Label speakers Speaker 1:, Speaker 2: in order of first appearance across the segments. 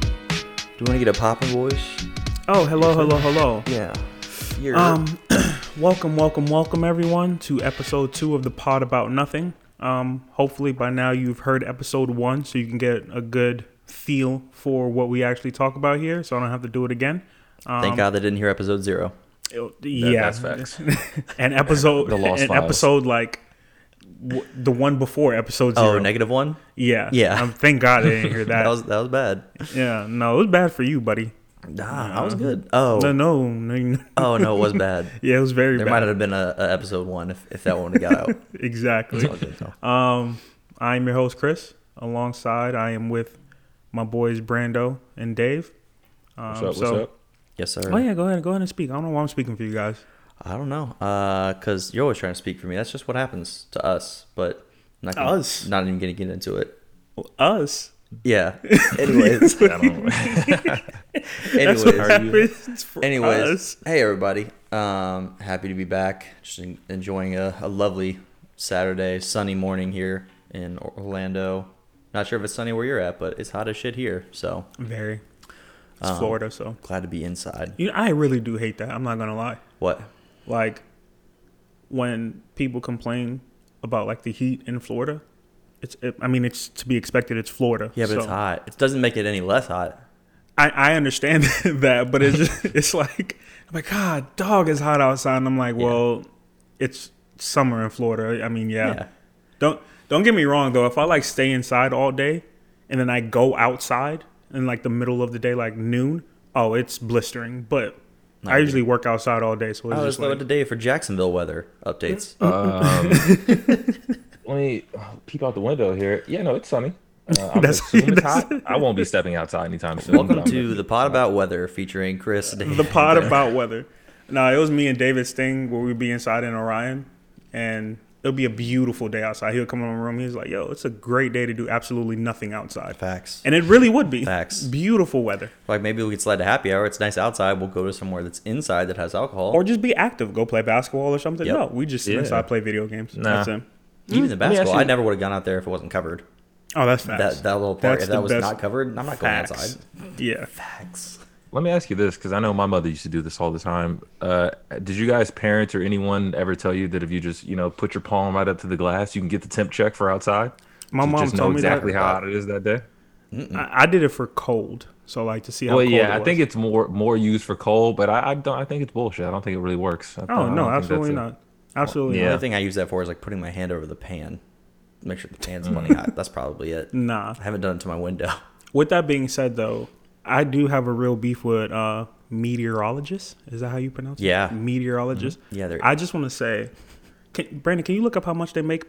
Speaker 1: Do we want to get a poppin' voice?
Speaker 2: Oh, hello, hello, hello.
Speaker 1: Yeah. You're,
Speaker 2: Um, welcome, welcome, welcome, everyone, to episode two of the Pod About Nothing. Um, hopefully by now you've heard episode one, so you can get a good feel for what we actually talk about here, so I don't have to do it again. Um,
Speaker 1: thank God they didn't hear episode zero.
Speaker 2: it- yeah,
Speaker 3: that's facts.
Speaker 2: an episode,
Speaker 3: The Lost
Speaker 2: an
Speaker 3: Files.
Speaker 2: episode like w- the one before episode
Speaker 1: Oh,
Speaker 2: zero.
Speaker 1: negative one.
Speaker 2: yeah,
Speaker 1: Yeah.
Speaker 2: Um, thank God I didn't hear that.
Speaker 1: That was that was bad.
Speaker 2: yeah, no, it was bad for you, buddy.
Speaker 1: Nah, I was good. Oh,
Speaker 2: No, no, no, no.
Speaker 1: oh no, it was bad.
Speaker 2: yeah, it was very
Speaker 1: There
Speaker 2: bad.
Speaker 1: might not have been a, a episode one if, if that one got out.
Speaker 2: Exactly.
Speaker 1: It's all good, though.
Speaker 2: Um, I am your host Chris. Alongside, I am with my boys Brando and Dave. Um,
Speaker 3: What's up? What's
Speaker 2: so,
Speaker 3: up?
Speaker 1: Yes, sir.
Speaker 2: oh yeah, go ahead, go ahead and speak. I don't know why I'm speaking for you guys.
Speaker 1: I don't know, Uh because you're always trying to speak for me. That's just what happens to us. But not gonna,
Speaker 2: Us?
Speaker 1: Not even gonna get into it.
Speaker 2: Us.
Speaker 1: Yeah. Anyways.
Speaker 3: I don't know.
Speaker 2: That's
Speaker 1: anyways.
Speaker 2: what happens for
Speaker 1: Anyways,
Speaker 2: us.
Speaker 1: hey everybody. Um, happy to be back. Just en- enjoying a, a lovely Saturday, sunny morning here in Orlando. Not sure if it's sunny where you're at, but it's hot as shit here. So
Speaker 2: Very. It's
Speaker 1: Um,
Speaker 2: Florida, so
Speaker 1: glad to be inside.
Speaker 2: you know, I really do hate that. I'm not gonna lie.
Speaker 1: What?
Speaker 2: Like when people complain about like the heat in Florida, it's. It, I mean, it's to be expected. It's Florida.
Speaker 1: Yeah, but it's
Speaker 2: so-
Speaker 1: hot. It doesn't make it any less hot.
Speaker 2: I, I understand that, but it's just, it's like I'm like God, dog is hot outside, and I'm like,
Speaker 1: Yeah.
Speaker 2: well, it's summer in Florida. I mean, yeah.
Speaker 1: Yeah.
Speaker 2: Don't don't get me wrong though. If I like stay inside all day, and then I go outside in like the middle of the day, like noon, oh, it's blistering. But I
Speaker 1: really.
Speaker 2: usually work outside all day, so it's
Speaker 1: I was
Speaker 2: just
Speaker 1: low
Speaker 2: like,
Speaker 1: today for Jacksonville weather updates.
Speaker 3: Um, let me peep out the window here. Yeah, no, it's sunny. Uh, I'm
Speaker 2: That's-
Speaker 3: assuming it's
Speaker 2: that's-
Speaker 3: hot. I won't be stepping outside anytime soon. but um,
Speaker 1: Welcome
Speaker 3: I'm-
Speaker 1: to the pod about weather featuring Chris. Dave,
Speaker 2: the pod
Speaker 1: and Ben.
Speaker 2: about weather. No, it was me and David's thing where we'd be inside in Orion and it'll be a beautiful day outside. He'll come in my room. He's like, yo, it's a great day to do absolutely nothing outside.
Speaker 1: facts.
Speaker 2: And it really would be.
Speaker 1: Facts.
Speaker 2: Beautiful weather.
Speaker 1: Like maybe we could slide to happy hour. It's nice outside. We'll go to somewhere that's inside that has alcohol.
Speaker 2: Or just be active. Go play basketball or something.
Speaker 1: Yep.
Speaker 2: No, we just sit
Speaker 3: Yeah.
Speaker 2: inside, play video games.
Speaker 3: Nah.
Speaker 2: That's it.
Speaker 1: Even the
Speaker 3: Let me ask
Speaker 1: basketball, I
Speaker 3: you-
Speaker 1: never would have gone out there if it wasn't covered.
Speaker 2: Oh, that's facts.
Speaker 1: That that little part,
Speaker 2: That's
Speaker 1: if
Speaker 2: the
Speaker 1: that was
Speaker 2: best
Speaker 1: not covered, I'm not going
Speaker 2: facts.
Speaker 1: outside.
Speaker 2: Yeah.
Speaker 1: Facts.
Speaker 3: Let me ask you this, because I know my mother used to do this all the time. Uh, did you guys, parents or anyone, ever tell you that if you just, you know, put your palm right up to the glass, you can get the temp check for outside?
Speaker 2: My
Speaker 3: You
Speaker 2: mom
Speaker 3: just know
Speaker 2: told me
Speaker 3: exactly
Speaker 2: that.
Speaker 3: how hot it is that day.
Speaker 2: I, I did it for cold. So, like, to see how
Speaker 3: Well,
Speaker 2: cold
Speaker 3: yeah,
Speaker 2: it
Speaker 3: I
Speaker 2: was.
Speaker 3: think it's more more used for cold, but I, I don't. I think it's bullshit. I don't think it really works. I,
Speaker 2: Oh,
Speaker 3: I
Speaker 2: no,
Speaker 3: don't think that's
Speaker 2: absolutely
Speaker 3: a-
Speaker 2: not. Absolutely
Speaker 1: The
Speaker 3: Yeah.
Speaker 1: other thing I use that for is like putting my hand over the pan, make sure the pan's
Speaker 2: Mm.
Speaker 1: plenty hot. That's probably it.
Speaker 2: not. Nah.
Speaker 1: I haven't done it to my window.
Speaker 2: With that being said, though, I do have a real beef with uh, meteorologists. Is that how you pronounce it?
Speaker 1: Yeah. Mm-hmm.
Speaker 2: meteorologists.
Speaker 1: Yeah, they're-
Speaker 2: I just want to say, can, Brandon, can you look up how much they make?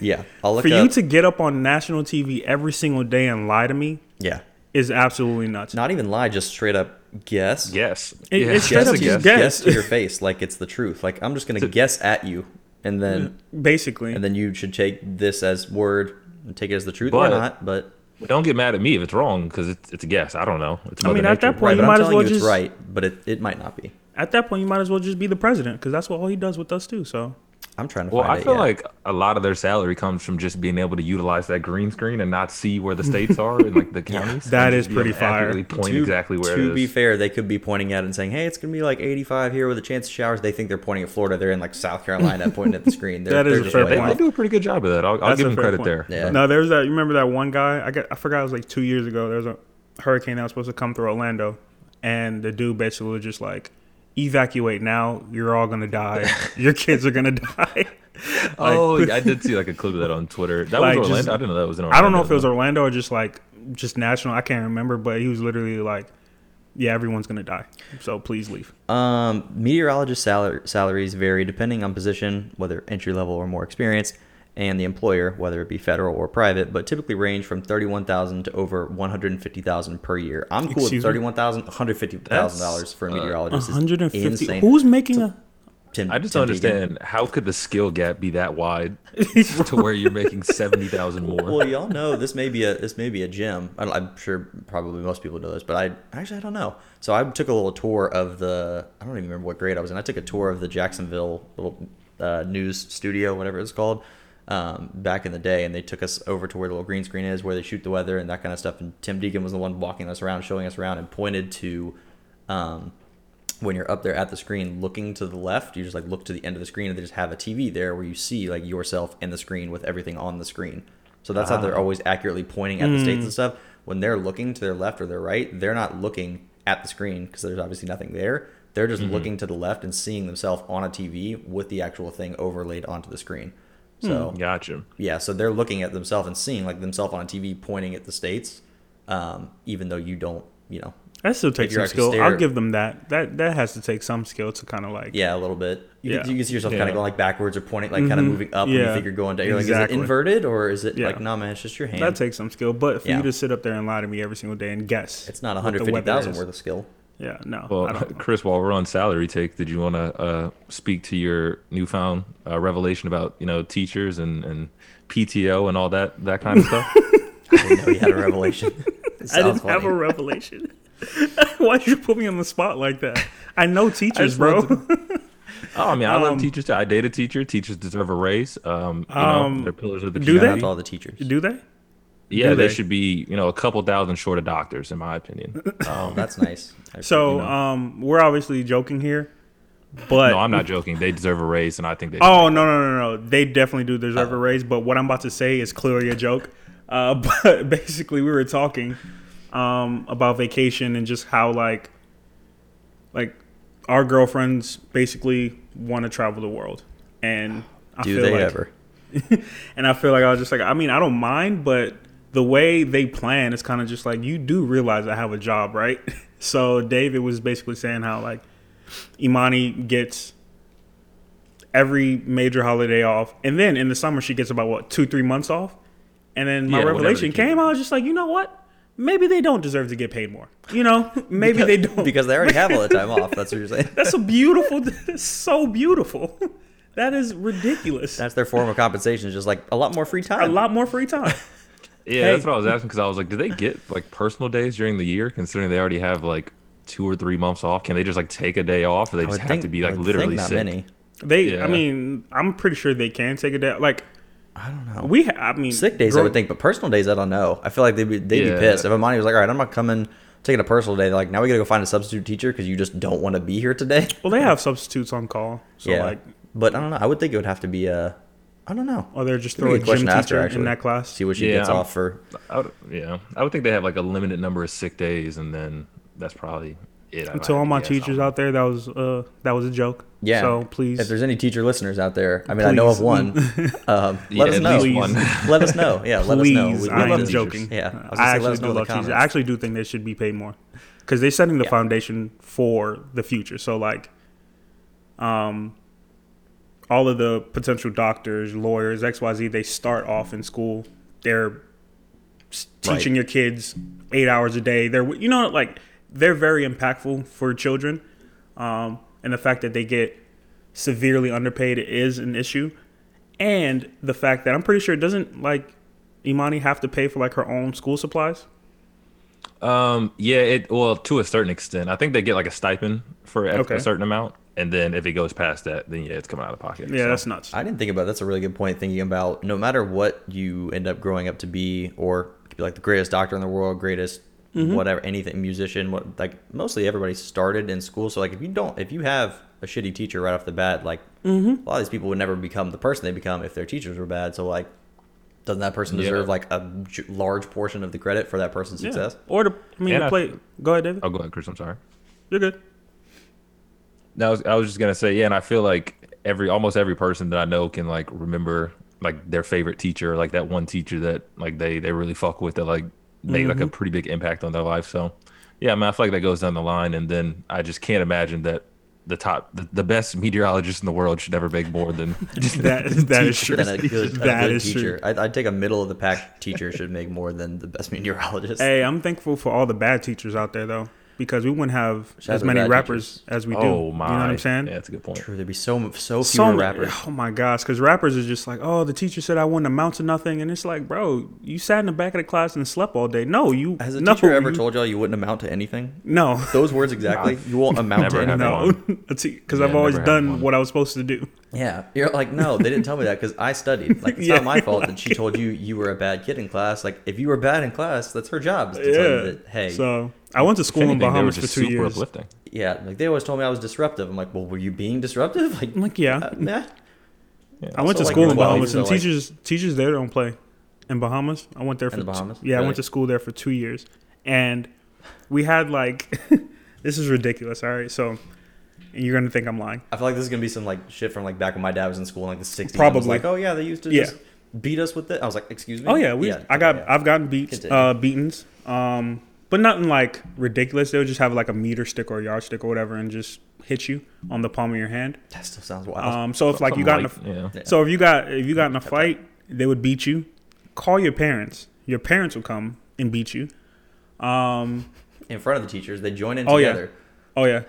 Speaker 1: Yeah, I'll look
Speaker 2: for you
Speaker 1: up-
Speaker 2: to get up on national TV every single day and lie to me
Speaker 1: Yeah,
Speaker 2: is absolutely nuts.
Speaker 1: not even lie, just straight up guess.
Speaker 3: Yes.
Speaker 2: It-
Speaker 3: yeah.
Speaker 2: it's straight
Speaker 3: Yes,
Speaker 2: up
Speaker 3: I
Speaker 2: just
Speaker 3: guess.
Speaker 2: guess.
Speaker 1: to your face, like it's the truth. Like I'm just gonna guess at you, and then
Speaker 2: Basically,
Speaker 1: and then you should take this as word and take it as the truth or
Speaker 3: But-
Speaker 1: not. But
Speaker 3: Don't get mad at me if it's wrong because it's, it's a guess. I don't know. It's
Speaker 2: I mean,
Speaker 3: Mother
Speaker 2: at that
Speaker 3: Nature.
Speaker 2: point,
Speaker 1: right,
Speaker 2: you
Speaker 1: but I'm
Speaker 2: might as
Speaker 1: telling
Speaker 2: well
Speaker 1: you it's
Speaker 2: just
Speaker 1: right, but it, it might not be.
Speaker 2: at that point you might as well just be the president because that's what all he does with us too. So
Speaker 1: I'm trying to
Speaker 3: Well,
Speaker 1: find
Speaker 3: I
Speaker 1: it.
Speaker 3: feel
Speaker 1: yeah.
Speaker 3: like a lot of their salary comes from just being able to utilize that green screen and not see where the states are and like the counties.
Speaker 2: That
Speaker 3: and
Speaker 2: is
Speaker 3: just be able
Speaker 2: pretty
Speaker 3: to
Speaker 2: fire.
Speaker 3: accurately Point
Speaker 1: To-
Speaker 3: exactly where
Speaker 1: to
Speaker 3: it
Speaker 1: be
Speaker 3: is.
Speaker 1: fair, they could be pointing out and saying, "Hey, it's gonna be like 85 here with a chance of showers." They think they're pointing at Florida. They're in like South Carolina, pointing at the screen. They're,
Speaker 2: That is
Speaker 1: they're
Speaker 2: a
Speaker 1: just
Speaker 2: fair
Speaker 1: way
Speaker 3: they,
Speaker 2: point.
Speaker 3: they
Speaker 1: off.
Speaker 3: do a pretty good job of that. I'll, I'll
Speaker 2: That's
Speaker 3: give
Speaker 2: a
Speaker 3: them
Speaker 2: fair
Speaker 3: credit
Speaker 2: point.
Speaker 3: there.
Speaker 1: Yeah.
Speaker 2: No, there was that. You remember that one guy? I got. I forgot. It was like two years ago. There was a hurricane that was supposed to come through Orlando, and the dude basically was just like, "Evacuate now! You're all gonna die. Your kids are gonna die." Like,
Speaker 3: Oh, yeah, I did see like a clip of that on Twitter. That
Speaker 2: Like,
Speaker 3: was
Speaker 2: just-
Speaker 3: Orlando. I didn't know that was in Orlando.
Speaker 2: I don't know if it was
Speaker 3: though.
Speaker 2: Orlando or just like just national. I can't remember, but he was literally like, "Yeah, everyone's gonna die. So please leave."
Speaker 1: Um, meteorologist salar- salaries vary depending on position, whether entry level or more experienced, and the employer, whether it be federal or private, but typically range from 31,000 to over 150,000 per year. I'm cool
Speaker 2: Excuse
Speaker 1: with
Speaker 2: me?
Speaker 1: 31,000, 150,000 dollars for a meteorologist. is
Speaker 2: 150.
Speaker 1: insane.
Speaker 2: Who's making a?
Speaker 1: Tim-
Speaker 3: I just
Speaker 1: Tim
Speaker 3: don't
Speaker 1: Deacon.
Speaker 3: understand how could the skill gap be that wide to where you're making seventy thousand more.
Speaker 1: well, y'all know this may be a this may be a gym. I don't- I'm sure probably most people know this, but I actually I don't know. So I took a little tour of the I don't even remember what grade I was in. I took a tour of the Jacksonville little, uh, news studio, whatever it's called, um, back in the day, and they took us over to where the little green screen is, where they shoot the weather and that kind of stuff. And Tim Deacon was the one walking us around, showing us around, and pointed to um, when you're up there at the screen, looking to the left. You just like look to the end of the screen, and they just have a TV there where you see like yourself and the screen with everything on the screen. So that's how they're always accurately pointing at the states and stuff. When they're looking to their left or their right, they're not looking at the screen because there's obviously nothing there. They're just looking to the left and seeing themselves on a TV with the actual thing overlaid onto the screen. So
Speaker 3: Hmm. Gotcha.
Speaker 1: yeah, so they're looking at themselves and seeing like themselves on a TV pointing at the states, um, even though you don't, you know,
Speaker 2: That still takes
Speaker 1: you're
Speaker 2: some
Speaker 1: actually
Speaker 2: skill. I'll
Speaker 1: stare-
Speaker 2: give them that. That that has to take some skill to kind of like
Speaker 1: yeah, a little bit. You,
Speaker 2: Yeah. Mm-hmm.
Speaker 1: can, you can see yourself kind
Speaker 3: Yeah.
Speaker 1: of going like backwards or pointing, like kind of moving up, and
Speaker 2: Yeah.
Speaker 1: you think you're going down. You're like, is
Speaker 2: Exactly.
Speaker 1: it inverted or is it
Speaker 2: Yeah.
Speaker 1: like, nah, man, it's just your hand.
Speaker 2: that takes some skill. But for
Speaker 1: Yeah.
Speaker 2: you to sit up there and lie to me every single day and guess,
Speaker 1: it's not
Speaker 2: what the weather
Speaker 1: 150,000
Speaker 2: is.
Speaker 1: worth of skill.
Speaker 2: Yeah, no. I
Speaker 3: Well,
Speaker 2: don't know.
Speaker 3: Chris, while we're on salary take, did you want to uh, speak to your newfound uh, revelation about you know teachers and, and PTO and all that that kind of stuff?
Speaker 1: I didn't know you had a revelation. It
Speaker 2: I didn't
Speaker 1: sounds
Speaker 2: have a
Speaker 1: funny.
Speaker 2: revelation. Why'd you put me on the spot like that? I know teachers,
Speaker 3: just
Speaker 2: bro.
Speaker 3: wanted Oh, I mean, I
Speaker 2: Um,
Speaker 3: love teachers. Too. I date a teacher. Teachers deserve a raise. Um, you
Speaker 2: Um,
Speaker 3: know, they're pillars of the
Speaker 2: do
Speaker 1: Shout
Speaker 2: they?
Speaker 1: out
Speaker 3: community.
Speaker 1: to all the teachers.
Speaker 2: Do they?
Speaker 3: Yeah,
Speaker 2: Do
Speaker 3: they?
Speaker 2: they? Uh,
Speaker 3: should be you know a couple thousand short of doctors, in my opinion. Um,
Speaker 1: Oh, That's nice. I-
Speaker 2: So
Speaker 1: you know.
Speaker 2: um, we're obviously joking here, but
Speaker 3: no, I'm not joking. They deserve a raise, and I think they.
Speaker 2: oh no no no no, they definitely do deserve
Speaker 1: Oh.
Speaker 2: a raise. But what I'm about to say is clearly a joke. Uh, but basically, we were talking um, about vacation and just how like like our girlfriends basically want to travel the world, and I
Speaker 1: do
Speaker 2: feel
Speaker 1: they
Speaker 2: like,
Speaker 1: ever?
Speaker 2: and I feel like I was just like, I mean, I don't mind, but the way they plan is kind of just like you do realize I have a job, right? So David was basically saying how like Imani gets every major holiday off, and then in the summer she gets about what two, three months off, and then my
Speaker 3: Yeah, whatever
Speaker 2: revelation
Speaker 3: they keep.
Speaker 2: came. I was just like, you know what? Maybe they don't deserve to get paid more. You know, maybe they don't
Speaker 1: Because they already have all the time off. That's what you're saying.
Speaker 2: That's a beautiful. That's so beautiful. That is ridiculous.
Speaker 1: That's their form of compensation. Is just like a lot more free
Speaker 2: a
Speaker 1: time.
Speaker 2: lot more free time.
Speaker 3: Yeah,
Speaker 2: Hey.
Speaker 3: that's what I was asking because I was like, do they get like personal days during the year, considering they already have like two or three months off? Can they just like take a day off, or they
Speaker 1: I
Speaker 3: just
Speaker 1: would
Speaker 3: have
Speaker 1: think-
Speaker 3: to be
Speaker 1: I
Speaker 3: like
Speaker 1: would think
Speaker 3: literally
Speaker 1: not
Speaker 3: sick?
Speaker 1: many.
Speaker 2: They, I
Speaker 3: Yeah.
Speaker 2: mean, I'm pretty sure they can take a day. Like
Speaker 1: I don't know.
Speaker 2: we, ha- I mean,
Speaker 1: sick days, I would think, but personal days, I don't know. I feel like they'd be, they'd
Speaker 3: Yeah.
Speaker 1: be pissed if Imani was like, "All right, I'm not coming, taking a personal day." They're like, now we gotta go find a substitute teacher because you just don't want to be here today.
Speaker 2: Well, they have substitutes on call, so
Speaker 1: yeah,
Speaker 2: like,
Speaker 1: but I don't know. I would think it would have to be a, I don't know.
Speaker 2: or oh, they're just
Speaker 1: Could be a
Speaker 2: throwing a gym
Speaker 1: question to ask her,
Speaker 2: teacher in
Speaker 1: actually.
Speaker 2: that class.
Speaker 1: See what she
Speaker 3: Yeah,
Speaker 1: gets
Speaker 3: I'm-
Speaker 1: off for.
Speaker 3: I would, yeah, I would think they have like a limited number of sick days, and then that's probably it. I
Speaker 2: To all my teachers out there, that was uh, that was a joke.
Speaker 1: Yeah.
Speaker 2: So please,
Speaker 1: If there's any teacher listeners out there, I mean, I know of
Speaker 2: Please.
Speaker 1: one. Um, let
Speaker 3: Yeah,
Speaker 1: us
Speaker 3: at
Speaker 1: know.
Speaker 3: least one.
Speaker 1: let us know. Yeah, let us
Speaker 2: please,
Speaker 1: know. We'd
Speaker 2: I
Speaker 1: love
Speaker 2: am
Speaker 1: to-
Speaker 2: joking.
Speaker 1: Yeah, I, was
Speaker 2: I,
Speaker 1: gonna say, let
Speaker 2: actually
Speaker 1: us
Speaker 2: do
Speaker 1: know in the
Speaker 2: love teachers. I
Speaker 1: comments.
Speaker 2: actually do think they should be paid more because they're setting the
Speaker 1: Yeah.
Speaker 2: foundation for the future. So like, um, all of the potential doctors, lawyers, X, Y, Z, they start off in school. They're s-
Speaker 1: Right.
Speaker 2: teaching your kids eight hours a day. They're you know like they're very impactful for children, um, and the fact that they get severely underpaid is an issue, and the fact that I'm pretty sure it doesn't like Imani have to pay for like her own school supplies.
Speaker 3: Um, yeah, it well to a certain extent. I think they get like a stipend for a,
Speaker 2: Okay.
Speaker 3: a certain amount, and then if it goes past that, then yeah, it's coming out of pocket.
Speaker 2: Yeah,
Speaker 3: so.
Speaker 2: that's nuts.
Speaker 1: I didn't think about that's a really good point. Thinking about no matter what you end up growing up to be, or could be like the greatest doctor in the world, greatest
Speaker 2: Mm-hmm.
Speaker 1: whatever, anything, musician, what like mostly everybody started in school. So like if you don't, if you have a shitty teacher right off the bat, like
Speaker 2: Mm-hmm.
Speaker 1: a lot of these people would never become the person they become if their teachers were bad. So like, doesn't that person
Speaker 3: Yeah.
Speaker 1: deserve like a j- large portion of the credit for that person's
Speaker 2: Yeah.
Speaker 1: success?
Speaker 2: Or to I mean
Speaker 3: And
Speaker 2: to
Speaker 3: I-
Speaker 2: play. Go ahead, David.
Speaker 3: Oh, go ahead, Chris. I'm sorry.
Speaker 2: You're good.
Speaker 3: No, I was, I was just gonna say, yeah, and I feel like every almost every person that I know can like remember like their favorite teacher, like that one teacher that like they they really fuck with that like made
Speaker 2: Mm-hmm.
Speaker 3: like a pretty big impact on their life. So, yeah, I mean, I feel like that goes down the line, and then I just can't imagine that the top the, the best meteorologist in the world should never make more than
Speaker 2: That that is true.
Speaker 1: Than a good, a
Speaker 2: That
Speaker 1: good
Speaker 2: is
Speaker 1: teacher. I'd, I'd take a middle of the pack teacher should make more than the best meteorologist.
Speaker 2: Hey, I'm thankful for all the bad teachers out there though, because we wouldn't have
Speaker 1: Shout out
Speaker 2: as
Speaker 1: to the
Speaker 2: many
Speaker 1: bad
Speaker 2: rappers as we do.
Speaker 3: oh my.
Speaker 2: You know what I'm saying?
Speaker 3: Yeah, that's a good point.
Speaker 1: True, there'd be so so few
Speaker 2: So many-
Speaker 1: rappers.
Speaker 2: Oh my gosh, because rappers are just like, oh, the teacher said I wouldn't amount to nothing, and it's like, bro, you sat in the back of the class and slept all day. No, you.
Speaker 1: Has a
Speaker 2: no,
Speaker 1: teacher ever
Speaker 2: you-
Speaker 1: told y'all you wouldn't amount to anything?
Speaker 2: No.
Speaker 1: Those words exactly. you won't amount
Speaker 3: Never
Speaker 1: to anything.
Speaker 2: No,
Speaker 3: happened.
Speaker 2: because
Speaker 3: Yeah,
Speaker 2: I've always
Speaker 3: never had
Speaker 2: done
Speaker 3: one.
Speaker 2: what I was supposed to do.
Speaker 1: Yeah, you're like, no, they didn't tell me that because I studied. Like, it's
Speaker 2: Yeah,
Speaker 1: not my fault that she told you you were a bad kid in class. Like, if you were bad in class, that's her job is to tell you that, hey,
Speaker 2: So I went to
Speaker 3: If
Speaker 2: school
Speaker 3: anything,
Speaker 2: in
Speaker 3: they were
Speaker 2: Bahamas for
Speaker 3: just
Speaker 2: two
Speaker 3: super
Speaker 2: years.
Speaker 3: uplifting.
Speaker 1: yeah, like they always told me I was disruptive. I'm like, well, were you being disruptive? Like,
Speaker 2: I'm like, yeah.
Speaker 1: uh, nah.
Speaker 3: Yeah.
Speaker 2: I
Speaker 1: also,
Speaker 2: went to
Speaker 1: like,
Speaker 2: school
Speaker 1: in
Speaker 2: in
Speaker 1: the
Speaker 2: Bahamas,
Speaker 1: Bahamas,
Speaker 2: and
Speaker 1: so, like-
Speaker 2: teachers teachers there don't play. In Bahamas, I went there for
Speaker 1: the
Speaker 2: two-
Speaker 1: Bahamas?
Speaker 2: yeah, I
Speaker 1: Really?
Speaker 2: went to school there for two years, and we had like this is ridiculous. All right, so you're gonna think I'm lying.
Speaker 1: I feel like this is gonna be some like shit from like back when my dad was in school in like the 60s. and
Speaker 2: Probably.
Speaker 1: was like, oh yeah, they used to
Speaker 2: Yeah.
Speaker 1: just beat us with it. I was like, excuse me.
Speaker 2: Oh yeah, we. I got.
Speaker 1: yeah.
Speaker 2: I've gotten beats,
Speaker 1: Continue.
Speaker 2: uh, beatings, um, but nothing like ridiculous. They'll just have like a meter stick or a yard stick or whatever, and just hit you on the palm of your hand.
Speaker 1: that still sounds wild.
Speaker 2: Um, so if like you
Speaker 3: Something
Speaker 2: got in a,
Speaker 3: yeah.
Speaker 1: Yeah.
Speaker 2: So if you got if you got in a fight, they would beat you. Call your parents. Your parents will come and beat you. Um,
Speaker 1: in front of the teachers, they join in
Speaker 2: Oh, yeah.
Speaker 1: together.
Speaker 2: oh yeah,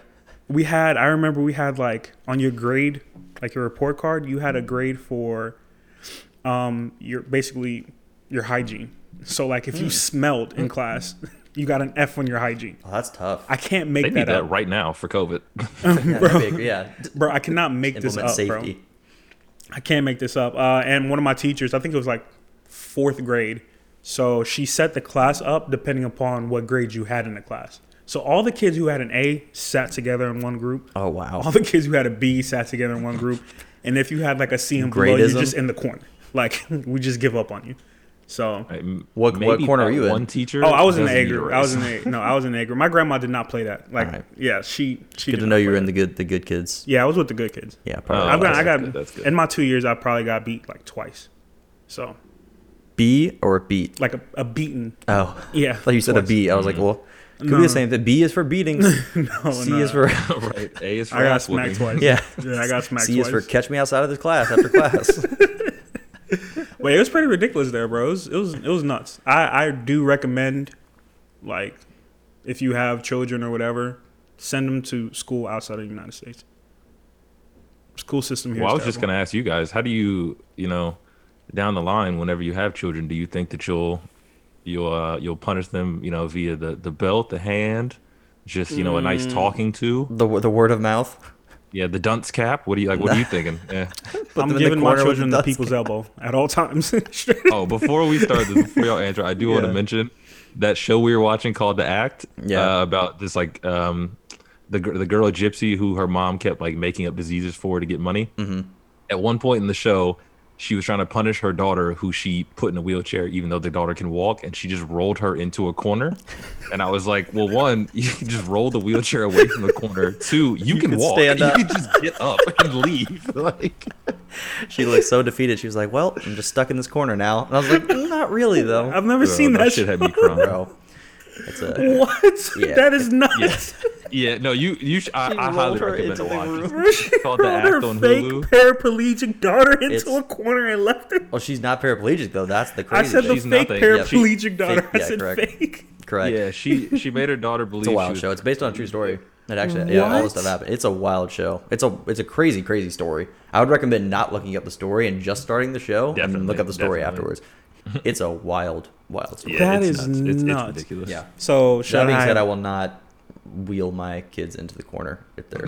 Speaker 2: we had. I remember we had like on your grade, like your report card, you had a grade for, um, your basically your hygiene. So like
Speaker 3: Hmm.
Speaker 2: if you smelled in class, you got an F on your hygiene.
Speaker 1: Oh, that's tough.
Speaker 2: I can't make
Speaker 3: They need
Speaker 2: that,
Speaker 3: that
Speaker 2: up,
Speaker 3: right now for COVID.
Speaker 1: yeah, that'd be- yeah.
Speaker 2: bro. I cannot make this
Speaker 1: implement
Speaker 2: up, bro.
Speaker 1: safety.
Speaker 2: I can't make this up. Uh, and one of my teachers, I think it was like fourth grade. So she set the class up depending upon what grade you had in the class. So all the kids who had an A sat together in one group.
Speaker 1: Oh wow.
Speaker 2: All the kids who had a B sat together in one group. And if you had like a C and below, you're
Speaker 1: Gradeism?
Speaker 2: just in the corner. Like we just give up on you. So
Speaker 3: Um,
Speaker 1: What- what
Speaker 3: maybe
Speaker 1: corner
Speaker 3: that
Speaker 1: are you in?
Speaker 3: One teacher.
Speaker 2: oh, I was in the
Speaker 3: doesn't
Speaker 2: A
Speaker 3: need a
Speaker 2: group. I was in
Speaker 3: raise.
Speaker 2: the no, I was in the A group. My grandma did not play that. Like
Speaker 1: Alright.
Speaker 2: yeah, she she
Speaker 1: Good
Speaker 2: did
Speaker 1: to
Speaker 2: not
Speaker 1: know you
Speaker 2: play
Speaker 1: were in
Speaker 2: that.
Speaker 1: the good the good kids.
Speaker 2: Yeah, I was with the good kids.
Speaker 1: Yeah, probably.
Speaker 3: Oh,
Speaker 2: I've got,
Speaker 3: that's
Speaker 2: I got
Speaker 3: good, that's good.
Speaker 2: in my two years, I probably got beat like twice. So
Speaker 1: B or beat.
Speaker 2: like a, a beaten.
Speaker 1: Oh,
Speaker 2: Yeah.
Speaker 1: I thought you said a
Speaker 2: twice.
Speaker 1: B. I was like, well, could be
Speaker 2: No, no.
Speaker 1: the same thing. B is for beatings.
Speaker 2: Mm-hmm. No,
Speaker 1: C
Speaker 2: no.
Speaker 1: is for
Speaker 3: right. A is for
Speaker 2: I got
Speaker 3: ass whooping.
Speaker 2: smacked twice.
Speaker 1: yeah.
Speaker 2: Yeah, I got smacked
Speaker 1: C
Speaker 2: twice.
Speaker 1: is for catch me outside of this class after class.
Speaker 2: Wait, it was pretty ridiculous there, bro. It was it was, it was nuts. I, I do recommend, like, if you have children or whatever, send them to school outside of the United States. School system here.
Speaker 3: Well, I
Speaker 2: is
Speaker 3: was just
Speaker 2: terrible.
Speaker 3: gonna ask you guys, how do you, you know, down the line, whenever you have children, do you think that you'll, you'll, uh, you'll punish them, you know, via the the belt, the hand, just you know, a
Speaker 2: Mm.
Speaker 3: nice talking to,
Speaker 1: the the word of mouth.
Speaker 3: yeah, the dunce cap. What are you like? What are you thinking? Yeah.
Speaker 1: Put them
Speaker 2: I'm
Speaker 1: in the
Speaker 2: giving my
Speaker 1: corner with
Speaker 2: children the
Speaker 1: dusk.
Speaker 2: people's elbow at all times.
Speaker 3: Oh, before we start this, before y'all answer, I do want
Speaker 1: Yeah.
Speaker 3: to mention that show we were watching called The Act.
Speaker 1: Yeah.
Speaker 3: Uh, about this like um, the gir- the girl a gypsy who her mom kept like making up diseases for her to get money. Mm-hmm. At one point in the show, she was trying to punish her daughter, who she put in a wheelchair, even though the daughter can walk, and she just rolled her into a corner. And I was like, "Well, one, you can just roll the wheelchair away from the corner. Two, you, can
Speaker 1: can
Speaker 3: walk.
Speaker 1: stand up.
Speaker 3: You can just get up and leave. Like,
Speaker 1: She looked so defeated. She was like, "Well, I'm just stuck in this corner now." And I was like, "Mm, "Not really, though, Oh,
Speaker 2: I've never
Speaker 3: bro,
Speaker 2: seen that
Speaker 3: Oh, shit
Speaker 2: shit.
Speaker 3: had me crying.
Speaker 1: bro." It's a
Speaker 2: What?
Speaker 1: Yeah.
Speaker 2: That is nuts.
Speaker 3: Yeah, no, you you sh- I,
Speaker 1: She
Speaker 3: I
Speaker 1: rolled
Speaker 3: highly
Speaker 1: her
Speaker 3: recommend
Speaker 1: into the
Speaker 3: watching.
Speaker 1: room.
Speaker 2: Bro, she
Speaker 3: It's called The
Speaker 2: rolled
Speaker 3: Act
Speaker 2: her
Speaker 3: on
Speaker 2: fake
Speaker 3: Hulu.
Speaker 2: paraplegic daughter into
Speaker 1: It's-
Speaker 2: a corner and left her.
Speaker 1: well, oh, she's not paraplegic though. That's the
Speaker 2: I
Speaker 1: crazy.
Speaker 2: said the
Speaker 1: thing.
Speaker 3: She's
Speaker 2: fake
Speaker 3: nothing. Yeah,
Speaker 1: she-
Speaker 2: paraplegic daughter.
Speaker 1: fake-
Speaker 2: I
Speaker 1: yeah,
Speaker 2: said
Speaker 1: correct.
Speaker 2: fake.
Speaker 1: correct.
Speaker 3: Yeah, she she made her daughter believe
Speaker 1: It's a
Speaker 3: she
Speaker 1: wild
Speaker 3: was-
Speaker 1: show. It's based on a true story. It actually, yeah, all this
Speaker 2: What?
Speaker 1: stuff happened. It's a wild show. It's a it's a crazy, crazy story. I would recommend not looking up the story and just starting the show and
Speaker 3: Definitely,
Speaker 1: look up the story
Speaker 3: definitely.
Speaker 1: afterwards. It's a wild, wild story.
Speaker 3: Yeah,
Speaker 2: That
Speaker 3: it's
Speaker 2: is
Speaker 3: nuts. It's,
Speaker 2: nuts.
Speaker 3: it's ridiculous.
Speaker 1: Yeah.
Speaker 2: So
Speaker 1: That being said, I
Speaker 2: Shanghai,
Speaker 1: will not wheel my kids into the corner if they're.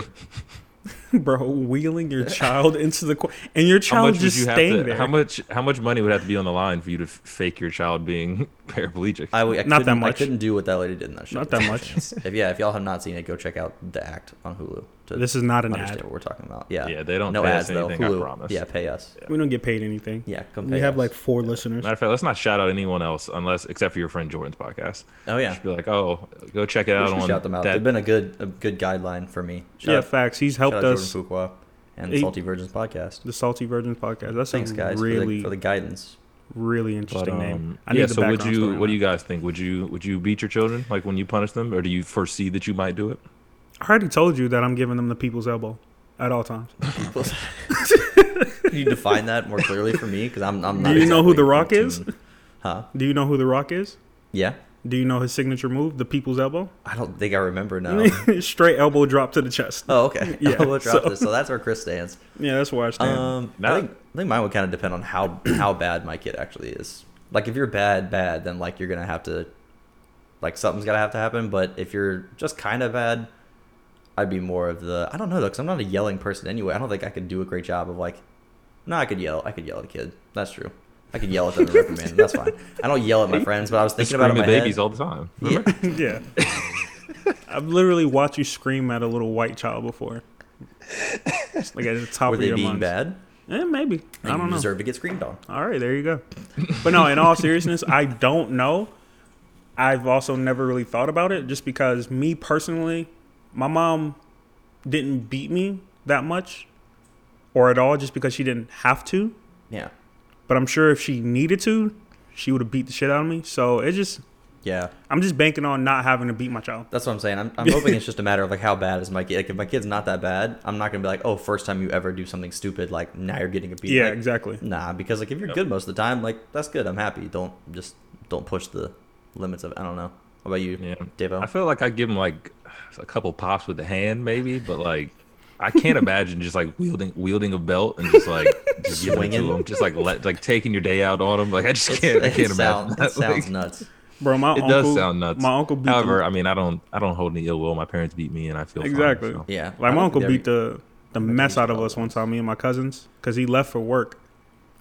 Speaker 2: bro, wheeling your child into the corner, and your
Speaker 3: How
Speaker 2: child
Speaker 3: much would
Speaker 2: just
Speaker 3: you have
Speaker 2: staying
Speaker 3: to,
Speaker 2: there.
Speaker 3: How much how much money would have to be on the line for you to f- fake your child being paraplegic?
Speaker 1: I, w- I
Speaker 2: Not that
Speaker 1: couldn't-
Speaker 2: much.
Speaker 1: I couldn't do what that lady did in that show.
Speaker 2: Not that
Speaker 1: There's no
Speaker 2: much.
Speaker 1: chance. If yeah, if y'all have not seen it, go check out the act on Hulu. To
Speaker 2: This is not an
Speaker 1: understand
Speaker 2: ad.
Speaker 1: what we're talking about. Yeah.
Speaker 3: Yeah, they don't
Speaker 1: no
Speaker 3: pay us
Speaker 1: ads though.
Speaker 3: anything, I
Speaker 1: Hulu.
Speaker 3: promise.
Speaker 1: Yeah, pay us. Yeah,
Speaker 2: We don't get paid anything.
Speaker 1: come pay
Speaker 4: We have
Speaker 1: us.
Speaker 4: like four listeners.
Speaker 3: Matter of fact, let's not shout out anyone else unless except for your friend Jordan's podcast.
Speaker 1: Oh yeah.
Speaker 3: Just be like, oh, go check it
Speaker 1: We
Speaker 3: out
Speaker 1: should
Speaker 3: on
Speaker 1: shout them out.
Speaker 3: that-
Speaker 1: They've been a good a good guideline for me. Shout
Speaker 2: yeah,
Speaker 1: out,
Speaker 2: facts. He's
Speaker 1: shout
Speaker 2: helped
Speaker 1: out
Speaker 2: us.
Speaker 1: Jordan Fuqua and
Speaker 2: He-
Speaker 1: Salty Virgins podcast.
Speaker 2: The Salty Virgins podcast. That's
Speaker 1: Thanks
Speaker 2: a
Speaker 1: guys for,
Speaker 2: really,
Speaker 1: the, for the guidance.
Speaker 2: really
Speaker 3: but,
Speaker 2: interesting name.
Speaker 3: um,
Speaker 2: I need
Speaker 3: yeah.
Speaker 2: the
Speaker 3: So would
Speaker 2: background
Speaker 3: you?
Speaker 2: story
Speaker 3: What do
Speaker 2: on
Speaker 3: you guys think? Would you would you beat your children like when you punish them, or do you foresee that you might do it?
Speaker 2: that. I already told you that I'm giving them the people's elbow at all times.
Speaker 1: Can you define that more clearly for me? Because I'm, I'm
Speaker 2: Do
Speaker 1: not.
Speaker 2: you know who
Speaker 1: exactly
Speaker 2: The Rock
Speaker 1: in
Speaker 2: is?
Speaker 1: tune. Huh?
Speaker 2: Do you know who The Rock is?
Speaker 1: Yeah.
Speaker 2: Do you know his signature move, the people's elbow?
Speaker 1: I don't think I remember now.
Speaker 2: Straight elbow drop to the chest.
Speaker 1: oh, okay.
Speaker 2: Yeah,
Speaker 1: Yeah. we'll drop
Speaker 2: so-
Speaker 1: this. So that's where Chris stands.
Speaker 2: Yeah, that's where I stand.
Speaker 1: Um,
Speaker 3: Now-
Speaker 1: I think I think mine would kind of depend on how how bad my kid actually is. Like if you're bad, bad, then like you're gonna have to, like something's gotta have to happen. But if you're just kind of bad, I'd be more of the I don't know though, because I'm not a yelling person anyway. I don't think I could do a great job of like. No, I could yell. I could yell at a kid. That's true. I could yell at them and reprimand them. That's fine. I don't yell at my friends, but I was
Speaker 3: They
Speaker 1: thinking
Speaker 3: scream
Speaker 1: about it in
Speaker 3: at
Speaker 1: my
Speaker 3: babies
Speaker 1: head.
Speaker 3: all the time.
Speaker 1: Yeah.
Speaker 3: Remember?
Speaker 2: yeah. I've literally watched you scream at a little white child before. Just like at the top
Speaker 1: Were
Speaker 2: of
Speaker 1: they
Speaker 2: your
Speaker 1: being
Speaker 2: lungs.
Speaker 1: bad?
Speaker 2: Eh, maybe.
Speaker 1: And
Speaker 2: I don't
Speaker 1: you
Speaker 2: know.
Speaker 1: deserve to get screamed on.
Speaker 2: All right, there you go. But no, in all seriousness, I don't know. I've also never really thought about it just because me personally, my mom didn't beat me that much or at all just because she didn't have to.
Speaker 1: Yeah.
Speaker 2: But I'm sure if she needed to, she would have beat the shit out of me. So it just,
Speaker 1: Yeah.
Speaker 2: I'm just banking on not having to beat my child.
Speaker 1: That's what I'm saying. I'm, I'm hoping it's just a matter of like how bad is my kid. Like if my kid's not that bad, I'm not gonna be like, oh, first time you ever do something stupid, like now you're getting a beat.
Speaker 2: Yeah,
Speaker 1: Like,
Speaker 2: exactly.
Speaker 1: Nah, because like if you're
Speaker 3: Yep.
Speaker 1: good most of the time, like that's good. I'm happy. Don't just don't push the limits of. I don't know. What about you,
Speaker 3: Yeah.
Speaker 1: Devo?
Speaker 3: I feel like I give him like a couple pops with the hand, maybe, but like I can't imagine just like wielding wielding a belt and just like just giving it to
Speaker 1: Swinging.
Speaker 3: him, just like let like taking your day out on him. Like I just
Speaker 1: It's-
Speaker 3: can't. I
Speaker 1: it
Speaker 3: can't
Speaker 1: sound-
Speaker 3: imagine.
Speaker 1: It
Speaker 3: That.
Speaker 1: sounds
Speaker 3: Like,
Speaker 1: nuts.
Speaker 2: Bro, my
Speaker 3: it
Speaker 2: uncle,
Speaker 3: does sound nuts.
Speaker 2: my uncle beat the-
Speaker 3: However, I mean, I don't I don't hold any ill will. My parents beat me, and I feel fine,
Speaker 2: Exactly.
Speaker 3: so.
Speaker 1: Yeah.
Speaker 2: Like
Speaker 1: I
Speaker 2: my
Speaker 1: don't
Speaker 2: uncle
Speaker 1: think
Speaker 2: beat the the
Speaker 1: think
Speaker 2: mess
Speaker 1: he's
Speaker 2: out of
Speaker 1: got
Speaker 2: us one time, me and my cousins, because he left for work.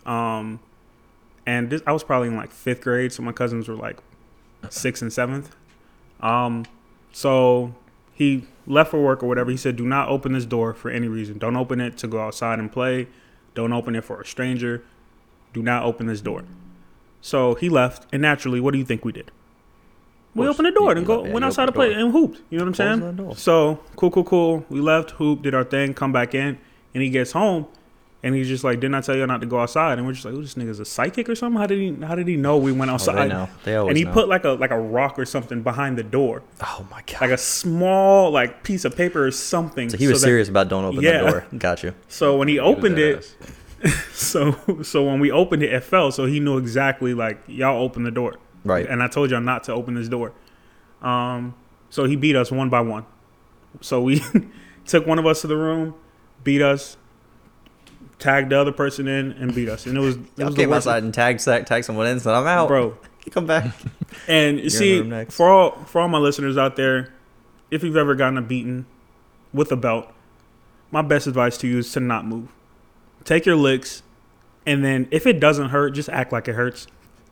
Speaker 2: Um, and this I was probably in like fifth grade, so my cousins were like sixth and seventh. Um, so he left for work or whatever. He said, "Do not open this door for any reason. Don't open it to go outside and play. Don't open it for a stranger. Do not open this door." So he left, and naturally, what do you think we did? We
Speaker 1: course.
Speaker 2: opened the door
Speaker 1: You-
Speaker 2: and
Speaker 1: you
Speaker 2: go
Speaker 1: opened-
Speaker 2: went
Speaker 1: you
Speaker 2: outside to
Speaker 1: opened the
Speaker 2: play
Speaker 1: door.
Speaker 2: and hooped. You know what I'm
Speaker 1: Close
Speaker 2: saying?
Speaker 1: that door.
Speaker 2: So cool, cool, cool. We left, hoop, did our thing, come back in, and he gets home, and he's just like, "Didn't I tell you not to go outside?" And we're just like, "Oh, this nigga's a psychic or something? How did he? How did he know we went
Speaker 1: Oh,
Speaker 2: outside?"
Speaker 1: they know. They always
Speaker 2: and he
Speaker 1: know.
Speaker 2: put like a like a rock or something behind the door,
Speaker 1: Oh my god.
Speaker 2: like a small like piece of paper or something.
Speaker 1: so he was
Speaker 2: that-
Speaker 1: serious about don't open
Speaker 2: Yeah.
Speaker 1: the door. Got you.
Speaker 2: so when he
Speaker 3: He was
Speaker 2: opened
Speaker 3: dead
Speaker 2: it,
Speaker 3: ass.
Speaker 2: so so when we opened it, it fell. So he knew exactly like y'all opened the door,
Speaker 1: Right.
Speaker 2: And I told y'all not to open this door. Um, so he beat us one by one. So we took one of us to the room, beat us, tagged the other person in, and beat us. And it was it
Speaker 1: Y'all
Speaker 2: was the
Speaker 1: came
Speaker 2: worst,
Speaker 1: outside and tag sack tag someone in, so I'm out.
Speaker 2: bro.
Speaker 1: Come back.
Speaker 2: And you
Speaker 1: the room
Speaker 2: see,
Speaker 1: next.
Speaker 2: for all for all my listeners out there, if you've ever gotten a beaten with a belt, my best advice to you is to not move. Take your licks, and then if it doesn't hurt, just act like it hurts.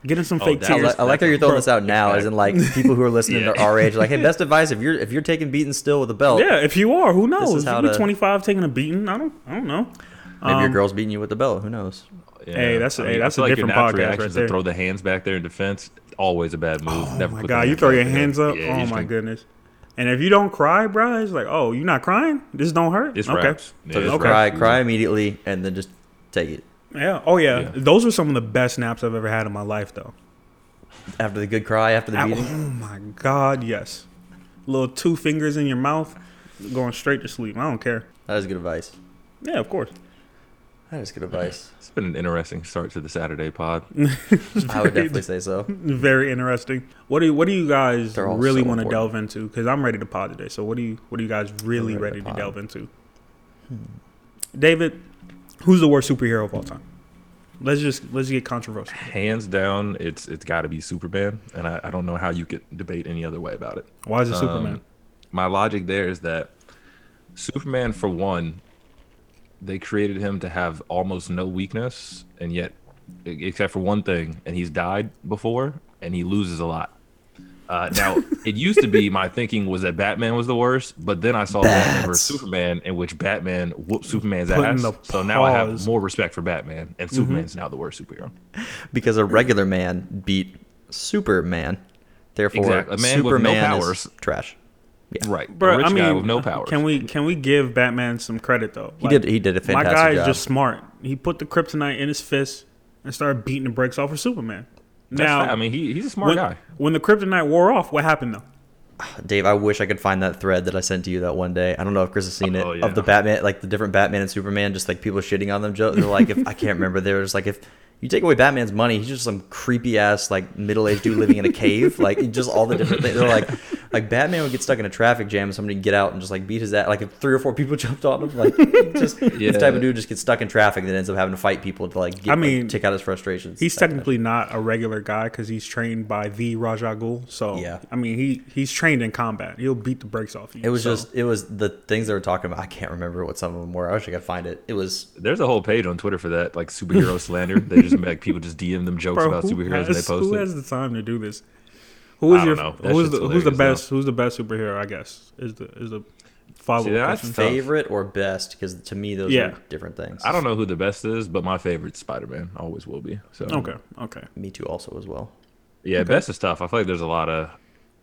Speaker 2: Get in some
Speaker 3: Oh,
Speaker 2: fake
Speaker 3: that-
Speaker 1: I, li-
Speaker 2: tears.
Speaker 1: I like how you're throwing this out now, as in like people who are listening
Speaker 3: Yeah.
Speaker 1: to our age, like, hey, best advice if you're if you're taking beating still with a belt,
Speaker 2: yeah, if you are, who knows?
Speaker 1: Oh. how
Speaker 2: You're
Speaker 1: to-
Speaker 2: 25, taking a beating. I don't, I don't know.
Speaker 1: maybe your
Speaker 2: Um,
Speaker 1: girl's beating you with the belt. Who knows?
Speaker 3: Yeah.
Speaker 2: Hey, that's-
Speaker 3: I
Speaker 2: hey,
Speaker 3: mean, I
Speaker 2: that's a
Speaker 3: feel like
Speaker 2: different
Speaker 3: your natural
Speaker 2: podcast
Speaker 3: reaction
Speaker 2: right
Speaker 3: is
Speaker 2: there.
Speaker 3: to throw the hands back there in defense. Always a bad move.
Speaker 2: Oh
Speaker 3: Never
Speaker 2: my
Speaker 3: put the
Speaker 2: god, you
Speaker 3: hands
Speaker 2: throw
Speaker 3: back
Speaker 2: your
Speaker 3: there.
Speaker 2: hands up.
Speaker 3: Yeah, you
Speaker 2: oh
Speaker 3: just
Speaker 2: my
Speaker 3: gonna-
Speaker 2: goodness. And if you don't cry, bro, it's like, oh, you're not crying. This don't hurt.
Speaker 3: It's
Speaker 2: okay.
Speaker 3: raps. Yeah,
Speaker 1: So
Speaker 3: it's
Speaker 1: just
Speaker 2: okay.
Speaker 1: cry,
Speaker 3: raps.
Speaker 1: cry immediately, and then just take it
Speaker 2: Yeah. Oh yeah.
Speaker 3: Yeah.
Speaker 2: Those are some of the best naps I've ever had in my life, though.
Speaker 1: after the good cry after the
Speaker 2: Ow.
Speaker 1: beating.
Speaker 2: Oh my god, yes. Little two fingers in your mouth, going straight to sleep. I don't care.
Speaker 1: That is good advice.
Speaker 2: Yeah, of course.
Speaker 1: That is good advice.
Speaker 3: It's been an interesting start to the Saturday pod.
Speaker 1: I would definitely say so.
Speaker 2: Very interesting. What do you, what do you guys
Speaker 1: They're all
Speaker 2: really
Speaker 1: so
Speaker 2: want to
Speaker 1: important.
Speaker 2: delve into? Because I'm ready to pod today. So what do you what are you guys really
Speaker 1: I'm ready
Speaker 2: ready,
Speaker 1: to
Speaker 2: to,
Speaker 1: pod.
Speaker 2: delve into? David, who's the worst superhero of all time? Let's just let's get controversial.
Speaker 3: Hands down, it's it's got to be Superman, and I, I don't know how you could debate any other way about it.
Speaker 2: Why is it
Speaker 3: Um,
Speaker 2: Superman?
Speaker 3: My logic there is that Superman, for one, they created him to have almost no weakness, and yet, e- except for one thing, and he's died before, and he loses a lot. Uh, now, it used to be my thinking was that Batman was the worst, but then I saw Batman
Speaker 1: Bats.
Speaker 3: versus Superman, in which Batman whooped Superman's
Speaker 2: Putting
Speaker 3: ass.
Speaker 2: the Mm-hmm.
Speaker 3: So now I
Speaker 2: paws.
Speaker 3: have more respect for Batman, and Superman's now the worst superhero.
Speaker 1: Because a regular man beat Superman, therefore
Speaker 3: Exactly. A man with no
Speaker 1: Superman
Speaker 3: powers.
Speaker 1: is trash. Yeah.
Speaker 3: Right,
Speaker 2: Bruh, uh,
Speaker 3: a rich guy with no powers.
Speaker 2: Can we can we give Batman some credit though?
Speaker 1: He did- he did a
Speaker 2: My
Speaker 1: fantastic
Speaker 2: guy is
Speaker 1: job.
Speaker 2: just smart. He put the kryptonite in his fist and started beating the brakes off of Superman.
Speaker 3: That's
Speaker 2: now,
Speaker 3: fa- I mean, he, he's a smart
Speaker 2: when,
Speaker 3: guy.
Speaker 2: when the kryptonite wore off, what happened though?
Speaker 1: Dave, I wish I could find that thread that I sent to you that one day. I don't know if Chris has seen it
Speaker 3: Oh,
Speaker 1: of the
Speaker 3: yeah.
Speaker 1: Batman, like the different Batman and Superman, just like people shitting on them. Joe, they're like, if I can't remember, they were just like, if you take away Batman's money, he's just some creepy ass like middle aged dude living in a cave. Like just all the different things. They're like, Like Batman would get stuck in a traffic jam, and somebody would get out and just like beat his ass. Like if three or four people jumped on him, like just
Speaker 3: Yeah.
Speaker 1: this type of dude just gets stuck in traffic and then ends up having to fight people to like get,
Speaker 2: I
Speaker 1: like,
Speaker 2: mean,
Speaker 1: take out his frustrations.
Speaker 2: He's
Speaker 1: That kind of-
Speaker 2: technically not a regular guy because he's trained by the Rajagul. So
Speaker 1: Yeah.
Speaker 2: I mean, he he's trained in combat. He'll beat the brakes off you.
Speaker 1: It was
Speaker 2: so.
Speaker 1: just it was the things they were talking about. I can't remember what some of them were. I wish I could find it. It was
Speaker 3: There's a whole page on Twitter for that, like superhero slander. They just like people just DM them jokes
Speaker 2: Bro,
Speaker 3: about
Speaker 2: who
Speaker 3: superheroes and they
Speaker 2: has-
Speaker 3: post
Speaker 2: Who
Speaker 3: it.
Speaker 2: has the time to do this? Who is
Speaker 3: I
Speaker 2: your
Speaker 3: don't know. That
Speaker 2: who's
Speaker 3: shit's
Speaker 2: the who's the
Speaker 3: hilarious, though.
Speaker 2: best who's the best superhero? I guess is the is the
Speaker 3: See,
Speaker 2: follow up
Speaker 3: that's
Speaker 2: question.
Speaker 3: tough.
Speaker 1: favorite or best because to me those
Speaker 2: Yeah.
Speaker 1: are different things.
Speaker 3: I don't know who the best is, but my favorite Spider Man always will be. So
Speaker 2: Okay, okay.
Speaker 1: Me too, also as well.
Speaker 3: yeah, best of stuff. I feel like there's a lot of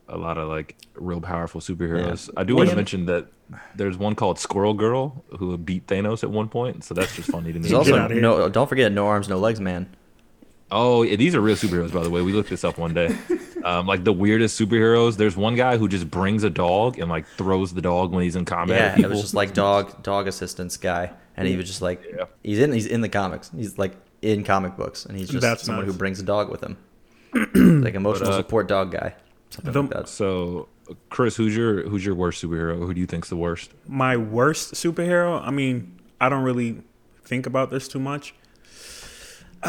Speaker 3: a lot of like real powerful superheroes. I do
Speaker 2: Well,
Speaker 3: want
Speaker 2: you-
Speaker 3: to mention that there's one called Squirrel Girl who would beat Thanos at one point, so that's just funny to me.
Speaker 1: There's also
Speaker 2: outta here.
Speaker 1: no. Don't forget, no arms, no legs, man.
Speaker 3: Oh, yeah, these are real superheroes, by the way. We looked this up one day. Um, like the weirdest superheroes. There's one guy who just brings a dog and like throws the dog when he's in combat. at
Speaker 1: Yeah, it
Speaker 3: people.
Speaker 1: was just like dog dog assistance guy, and he was just like
Speaker 3: Yeah.
Speaker 1: he's in he's in the comics. He's like in comic books, and he's just
Speaker 2: That's
Speaker 1: someone
Speaker 2: nice.
Speaker 1: who brings a dog with him, like emotional
Speaker 3: uh,
Speaker 1: support dog guy. Something
Speaker 2: the-
Speaker 1: like that.
Speaker 3: So, Chris, who's your who's your worst superhero? Who do you think's the worst?
Speaker 2: My worst superhero. I mean, I don't really think about this too much. Uh,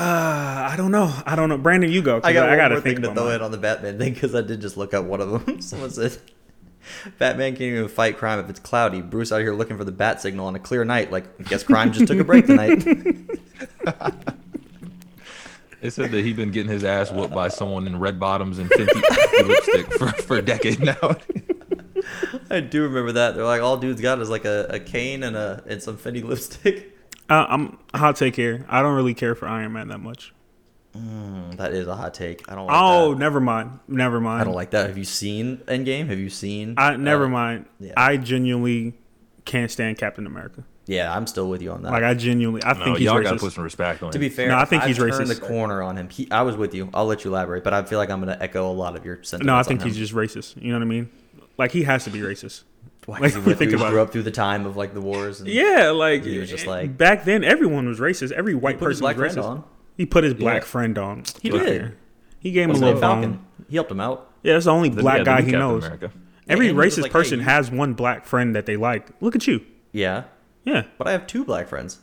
Speaker 2: I don't know. I don't know. Brandon, you go. 'cause
Speaker 1: I got,
Speaker 2: I gotta
Speaker 1: one more thing
Speaker 2: think
Speaker 1: to
Speaker 2: about
Speaker 1: throw
Speaker 2: mine.
Speaker 1: in on the Batman thing because I did just look up one of them. Someone said, "Batman can't even fight crime if it's cloudy." Bruce out here looking for the bat signal on a clear night. Like, I guess crime just took a break tonight.
Speaker 3: They said that he'd been getting his ass whooped by someone in red bottoms and fifty lipstick for, for a decade now.
Speaker 1: I do remember that. They're like, all dude's got is like a, a cane and a and some Fendi lipstick.
Speaker 2: Uh, I'm hot take here. I don't really care for Iron Man that much.
Speaker 1: Mm, that is a hot take. I don't. Like
Speaker 2: Oh,
Speaker 1: that.
Speaker 2: never mind. Never mind.
Speaker 1: I don't like that. Have you seen Endgame? Have you seen?
Speaker 2: I never
Speaker 1: uh,
Speaker 2: mind.
Speaker 1: yeah.
Speaker 2: I genuinely can't stand Captain America.
Speaker 1: Yeah, I'm still with you on that.
Speaker 2: Like I genuinely, I
Speaker 3: No,
Speaker 2: think he's
Speaker 3: y'all gotta
Speaker 2: racist.
Speaker 3: put some respect on
Speaker 1: to
Speaker 3: him.
Speaker 1: be fair,
Speaker 2: No, I think
Speaker 1: I've
Speaker 2: he's
Speaker 1: turned
Speaker 2: racist.
Speaker 1: the corner on him. He, I was with you. I'll let you elaborate, but I feel like I'm going to echo a lot of your sentiments.
Speaker 2: no, I
Speaker 1: on
Speaker 2: think
Speaker 1: him.
Speaker 2: he's just racist. You know what I mean? Like he has to be racist.
Speaker 1: Why? Like,
Speaker 2: Like,
Speaker 1: he
Speaker 2: you
Speaker 1: went
Speaker 2: think
Speaker 1: through,
Speaker 2: about
Speaker 1: grew
Speaker 2: it.
Speaker 1: up through the time of like the wars. And
Speaker 2: Yeah, like
Speaker 1: He was just like-
Speaker 2: back then, everyone was racist. Every white
Speaker 1: he put his
Speaker 2: person
Speaker 1: black
Speaker 2: was
Speaker 1: friend
Speaker 2: racist.
Speaker 1: on.
Speaker 2: He put his black
Speaker 3: Yeah.
Speaker 2: friend on.
Speaker 1: He
Speaker 2: Fuck
Speaker 1: did.
Speaker 2: yeah. He gave him a
Speaker 1: What's his
Speaker 2: little
Speaker 1: name?
Speaker 2: phone.
Speaker 1: Falcon. He helped him out.
Speaker 2: Yeah, that's the only black
Speaker 3: Yeah, the
Speaker 2: guy
Speaker 3: new
Speaker 2: he
Speaker 3: Captain
Speaker 2: knows.
Speaker 3: America.
Speaker 2: Every
Speaker 1: and he was
Speaker 2: racist
Speaker 1: like, hey,
Speaker 2: person
Speaker 1: you-
Speaker 2: has one black friend that they like. Look at you.
Speaker 1: Yeah,
Speaker 2: Yeah.
Speaker 1: but I have two black friends.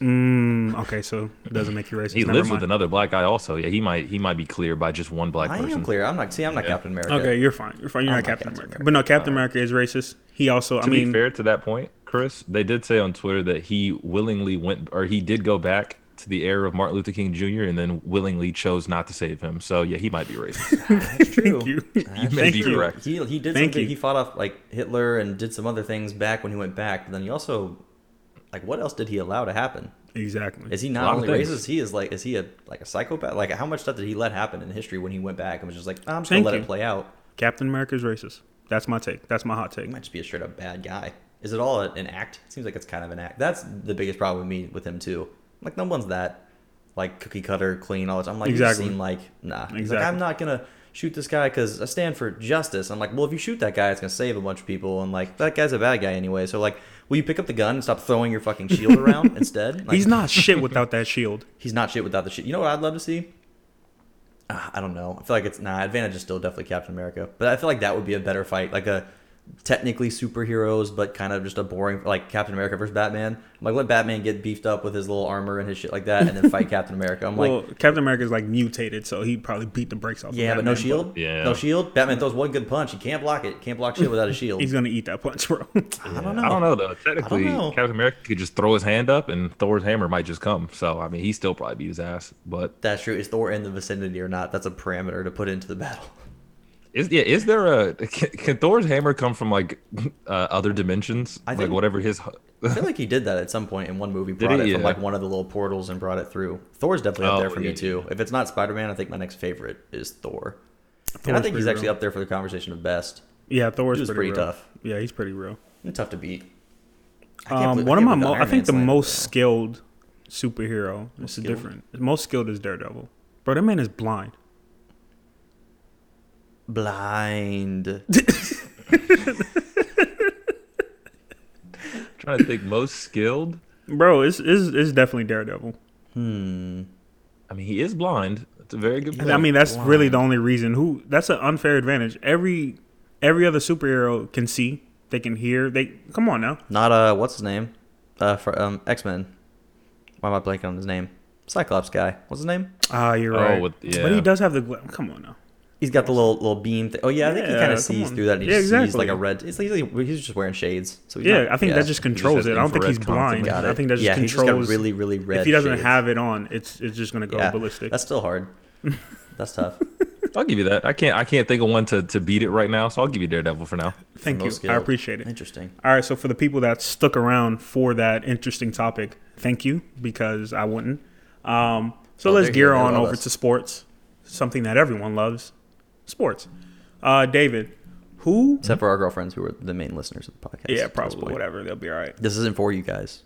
Speaker 2: Mm, okay, so it doesn't make you racist.
Speaker 3: He
Speaker 2: Never
Speaker 3: lives
Speaker 2: mind.
Speaker 3: with another black guy also. Yeah, he might he might be clear by just one black
Speaker 1: I
Speaker 3: person.
Speaker 1: am clear. I'm not. See, I'm not Captain America.
Speaker 2: Okay, you're fine. You're fine. You're
Speaker 1: I'm
Speaker 2: not
Speaker 1: not
Speaker 2: Captain,
Speaker 1: Captain
Speaker 2: America.
Speaker 1: America.
Speaker 2: But no, Captain America is racist. He also, I
Speaker 3: to
Speaker 2: mean,
Speaker 3: be fair to that point, Chris, they did say on Twitter that he willingly went or he did go back to the era of Martin Luther King Jr. and then willingly chose not to save him. So yeah, he might be racist.
Speaker 1: That's true.
Speaker 2: you,
Speaker 1: That's
Speaker 3: may be
Speaker 1: true.
Speaker 3: correct.
Speaker 1: He he did
Speaker 2: Thank
Speaker 1: something.
Speaker 2: you.
Speaker 1: He fought off like Hitler and did some other things back when he went back. But then he also, like, what else did he allow to happen?
Speaker 2: exactly.
Speaker 1: Is he
Speaker 3: lot
Speaker 1: not
Speaker 3: of
Speaker 1: only
Speaker 3: things.
Speaker 1: racist? He is like, is he a like a psychopath? Like, how much stuff did he let happen in history when he went back and was just like, I'm just
Speaker 2: Thank
Speaker 1: gonna let
Speaker 2: you.
Speaker 1: it play out?
Speaker 2: Captain America is racist. That's my take. That's my hot take.
Speaker 1: He might just be a straight up bad guy. Is it all an act? It seems like it's kind of an act. That's the biggest problem with me with him too. Like no one's that like cookie cutter clean all the time. I'm like
Speaker 2: Exactly.
Speaker 1: you seem like nah. He's
Speaker 2: Exactly.
Speaker 1: like I'm not gonna shoot this guy because I stand for justice. I'm like well if you shoot that guy it's gonna save a bunch of people and like that guy's a bad guy anyway. So like will you pick up the gun and stop throwing your fucking shield around instead? Like,
Speaker 2: He's not shit without that shield.
Speaker 1: he's not shit without the shit. You know what I'd love to see? Ah, I don't know. I feel like it's nah. Advantage is still definitely Captain America, but I feel like that would be a better fight, like a technically superheroes, but kind of just a boring like Captain America versus Batman. I'm like let Batman get beefed up with his little armor and his shit like that, and then fight Captain America. I'm
Speaker 2: Well,
Speaker 1: like,
Speaker 2: Captain America is like mutated, so he probably beat the brakes off. of
Speaker 1: yeah, but
Speaker 2: Batman,
Speaker 1: no shield.
Speaker 3: Yeah.
Speaker 1: no shield. Batman throws one good punch. He can't block it. Can't block shit without a shield.
Speaker 2: He's gonna eat that punch, bro.
Speaker 1: I don't know.
Speaker 3: I don't know though. Technically,
Speaker 1: know.
Speaker 3: Captain America could just throw his hand up and Thor's hammer might just come. So I mean, he still probably beat his ass. But
Speaker 1: That's true. Is Thor in the vicinity or not? That's a parameter to put into the battle.
Speaker 3: is yeah, is there a can, can Thor's hammer come from like uh, other dimensions?
Speaker 1: I
Speaker 3: like
Speaker 1: think-
Speaker 3: whatever his.
Speaker 1: I feel like he did that at some point in one movie.
Speaker 3: Did
Speaker 1: Brought
Speaker 3: he?
Speaker 1: it from
Speaker 3: Yeah.
Speaker 1: like one of the little portals and brought it through. Thor's definitely up
Speaker 3: Oh,
Speaker 1: there for
Speaker 3: yeah,
Speaker 1: me too. If it's not Spider Man, I think my next favorite is Thor. and I
Speaker 2: Thor's
Speaker 1: think he's
Speaker 2: pretty
Speaker 1: actually
Speaker 2: real.
Speaker 1: up there for the conversation of best.
Speaker 2: Yeah, Thor's
Speaker 1: He was
Speaker 2: pretty,
Speaker 1: pretty
Speaker 2: real.
Speaker 1: tough.
Speaker 2: Yeah, he's pretty real.
Speaker 1: And tough to beat. I can't
Speaker 2: Um,
Speaker 1: believe- I
Speaker 2: one of
Speaker 1: can't
Speaker 2: my,
Speaker 1: believe
Speaker 2: mo-
Speaker 1: Iron
Speaker 2: I think
Speaker 1: Man
Speaker 2: the
Speaker 1: slammed
Speaker 2: most
Speaker 1: it,
Speaker 2: skilled superhero. This is
Speaker 1: skilled?
Speaker 2: different. The most skilled is Daredevil. Bro, that man is blind.
Speaker 1: though. blind.
Speaker 3: trying to think most skilled.
Speaker 2: Bro, it's, it's, it's definitely Daredevil.
Speaker 1: Hmm.
Speaker 3: I mean, he is blind. That's a very good
Speaker 1: Yeah.
Speaker 3: point.
Speaker 2: And I mean, that's
Speaker 1: blind.
Speaker 2: really the only reason. Who? That's an unfair advantage. Every every other superhero can see, they can hear. They come on now.
Speaker 1: Not uh, what's his name? Uh, for um X Men. Why am I blanking on his name? Cyclops guy. What's his name?
Speaker 2: Ah, you're
Speaker 3: Oh,
Speaker 2: right.
Speaker 3: with-
Speaker 2: But he
Speaker 3: yeah.
Speaker 2: does have the gla- come on now.
Speaker 1: He's got the little little beam thing. Oh yeah, I think he
Speaker 2: Yeah,
Speaker 1: kind
Speaker 2: come
Speaker 1: of sees
Speaker 2: on.
Speaker 1: through that. And he
Speaker 2: Yeah,
Speaker 1: just sees
Speaker 2: exactly.
Speaker 1: like a red. It's like, he's just wearing shades. So he's
Speaker 2: Yeah,
Speaker 1: not-
Speaker 2: I think
Speaker 1: yeah.
Speaker 2: that just controls
Speaker 3: has
Speaker 2: it. I don't think he's
Speaker 3: infrared
Speaker 2: blind.
Speaker 3: content.
Speaker 1: Got
Speaker 2: I
Speaker 1: it.
Speaker 2: think that just
Speaker 1: yeah,
Speaker 2: controls.
Speaker 1: He's just got really really red.
Speaker 2: if he doesn't
Speaker 1: shades.
Speaker 2: have it on, it's it's just gonna go
Speaker 1: Yeah,
Speaker 2: ballistic.
Speaker 1: that's still hard. That's tough.
Speaker 3: I'll give you that. I can't. I can't think of one to, to beat it right now. So I'll give you Daredevil for now.
Speaker 2: Thank
Speaker 1: the
Speaker 2: you.
Speaker 1: most
Speaker 2: I
Speaker 1: skilled.
Speaker 2: appreciate it.
Speaker 1: Interesting.
Speaker 2: All right, so for the people that stuck around for that interesting topic, thank you because I wouldn't. Um, so
Speaker 1: Oh,
Speaker 2: let's
Speaker 1: they're here.
Speaker 2: gear
Speaker 1: They
Speaker 2: on
Speaker 1: love
Speaker 2: over
Speaker 1: us.
Speaker 2: to sports, something that everyone loves, sports. Uh, David, who?
Speaker 1: Except for our girlfriends who are the main listeners of the podcast. at
Speaker 2: Yeah,
Speaker 1: this
Speaker 2: probably
Speaker 1: point.
Speaker 2: whatever. They'll be all right.
Speaker 1: This isn't for you guys.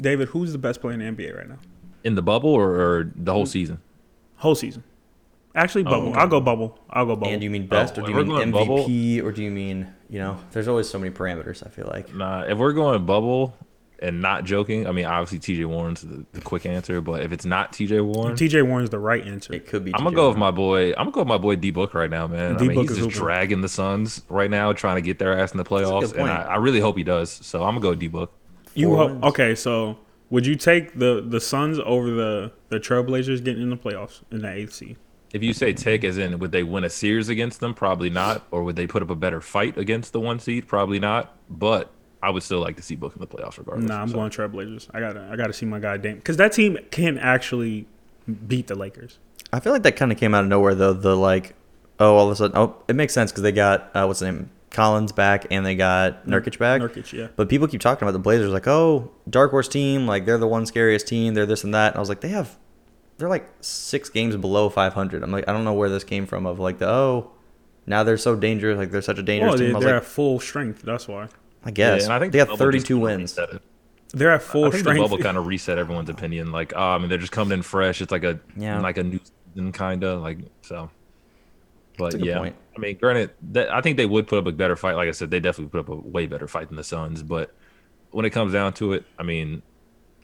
Speaker 2: David, who's the best player in the NBA right now?
Speaker 3: In the bubble or, or the whole season?
Speaker 2: Whole season. Actually, bubble.
Speaker 3: okay.
Speaker 2: I'll go bubble. I'll go bubble.
Speaker 1: And do you mean best,
Speaker 3: Oh,
Speaker 1: or do you
Speaker 3: we're
Speaker 1: mean MVP,
Speaker 3: going bubble?
Speaker 1: or do you mean you know? There's always so many parameters. I feel like
Speaker 3: Nah. If we're going bubble and not joking, I mean obviously T.J. Warren's the, the quick answer. But if it's not T.J. Warren,
Speaker 2: TJ Warren's the right answer.
Speaker 1: it could be.
Speaker 3: I'm gonna
Speaker 1: TJ
Speaker 3: go with
Speaker 1: Warren.
Speaker 3: my boy. I'm gonna go with my boy D Book right now, man. I mean,
Speaker 2: D-Book
Speaker 3: he's
Speaker 2: is
Speaker 3: just
Speaker 2: hooping.
Speaker 3: dragging the Suns right now, trying to get their ass in
Speaker 1: a
Speaker 3: the
Speaker 1: good
Speaker 3: playoffs, and
Speaker 1: point.
Speaker 3: I, I really hope he does. So I'm gonna go D Book.
Speaker 2: You
Speaker 1: Four
Speaker 2: ho-
Speaker 1: wins.
Speaker 2: okay? So would you take the the Suns over the the Trailblazers getting in the playoffs in the eighth seed?
Speaker 3: If you say take as in would they win a series against them? Probably not. Or would they put up a better fight against the one seed? Probably not. But I would still like to see Book in the playoffs regardless.
Speaker 2: Nah, I'm
Speaker 3: So-
Speaker 2: going Trailblazers. I gotta I gotta see my guy Dame because that team can actually beat the Lakers.
Speaker 1: I feel like that kind of came out of nowhere though. The like, oh, all of a sudden, oh, it makes sense because they got uh, what's the name, Collins back, and they got Nurkic back.
Speaker 2: Nurkic, yeah.
Speaker 1: But people keep talking about the Blazers, like, oh, dark horse team, like they're the one scariest team, they're this and that. And I was like, they have, they're like six games below 500. I'm like, I don't know where this came from. Of like the oh, now they're so dangerous, like they're such a dangerous
Speaker 2: Well, Oh, they,
Speaker 1: team. I
Speaker 2: they're
Speaker 1: was like,
Speaker 2: at full strength. That's why
Speaker 1: I guess.
Speaker 3: and I think
Speaker 1: they
Speaker 3: the
Speaker 1: got
Speaker 3: bubble just
Speaker 1: 32
Speaker 3: kinda
Speaker 1: wins.
Speaker 3: reset it.
Speaker 2: they're at full
Speaker 3: I think the
Speaker 2: strength.
Speaker 3: bubble kind of reset everyone's opinion. Like, ah, I mean, they're just coming in fresh. It's like a
Speaker 1: Yeah.
Speaker 3: like a new season, kind of like so.
Speaker 1: That's a
Speaker 3: But
Speaker 1: good
Speaker 3: yeah,
Speaker 1: point.
Speaker 3: I mean, granted, that, I think they would put up a better fight. Like I said, they definitely put up a way better fight than the Suns. But when it comes down to it, I mean,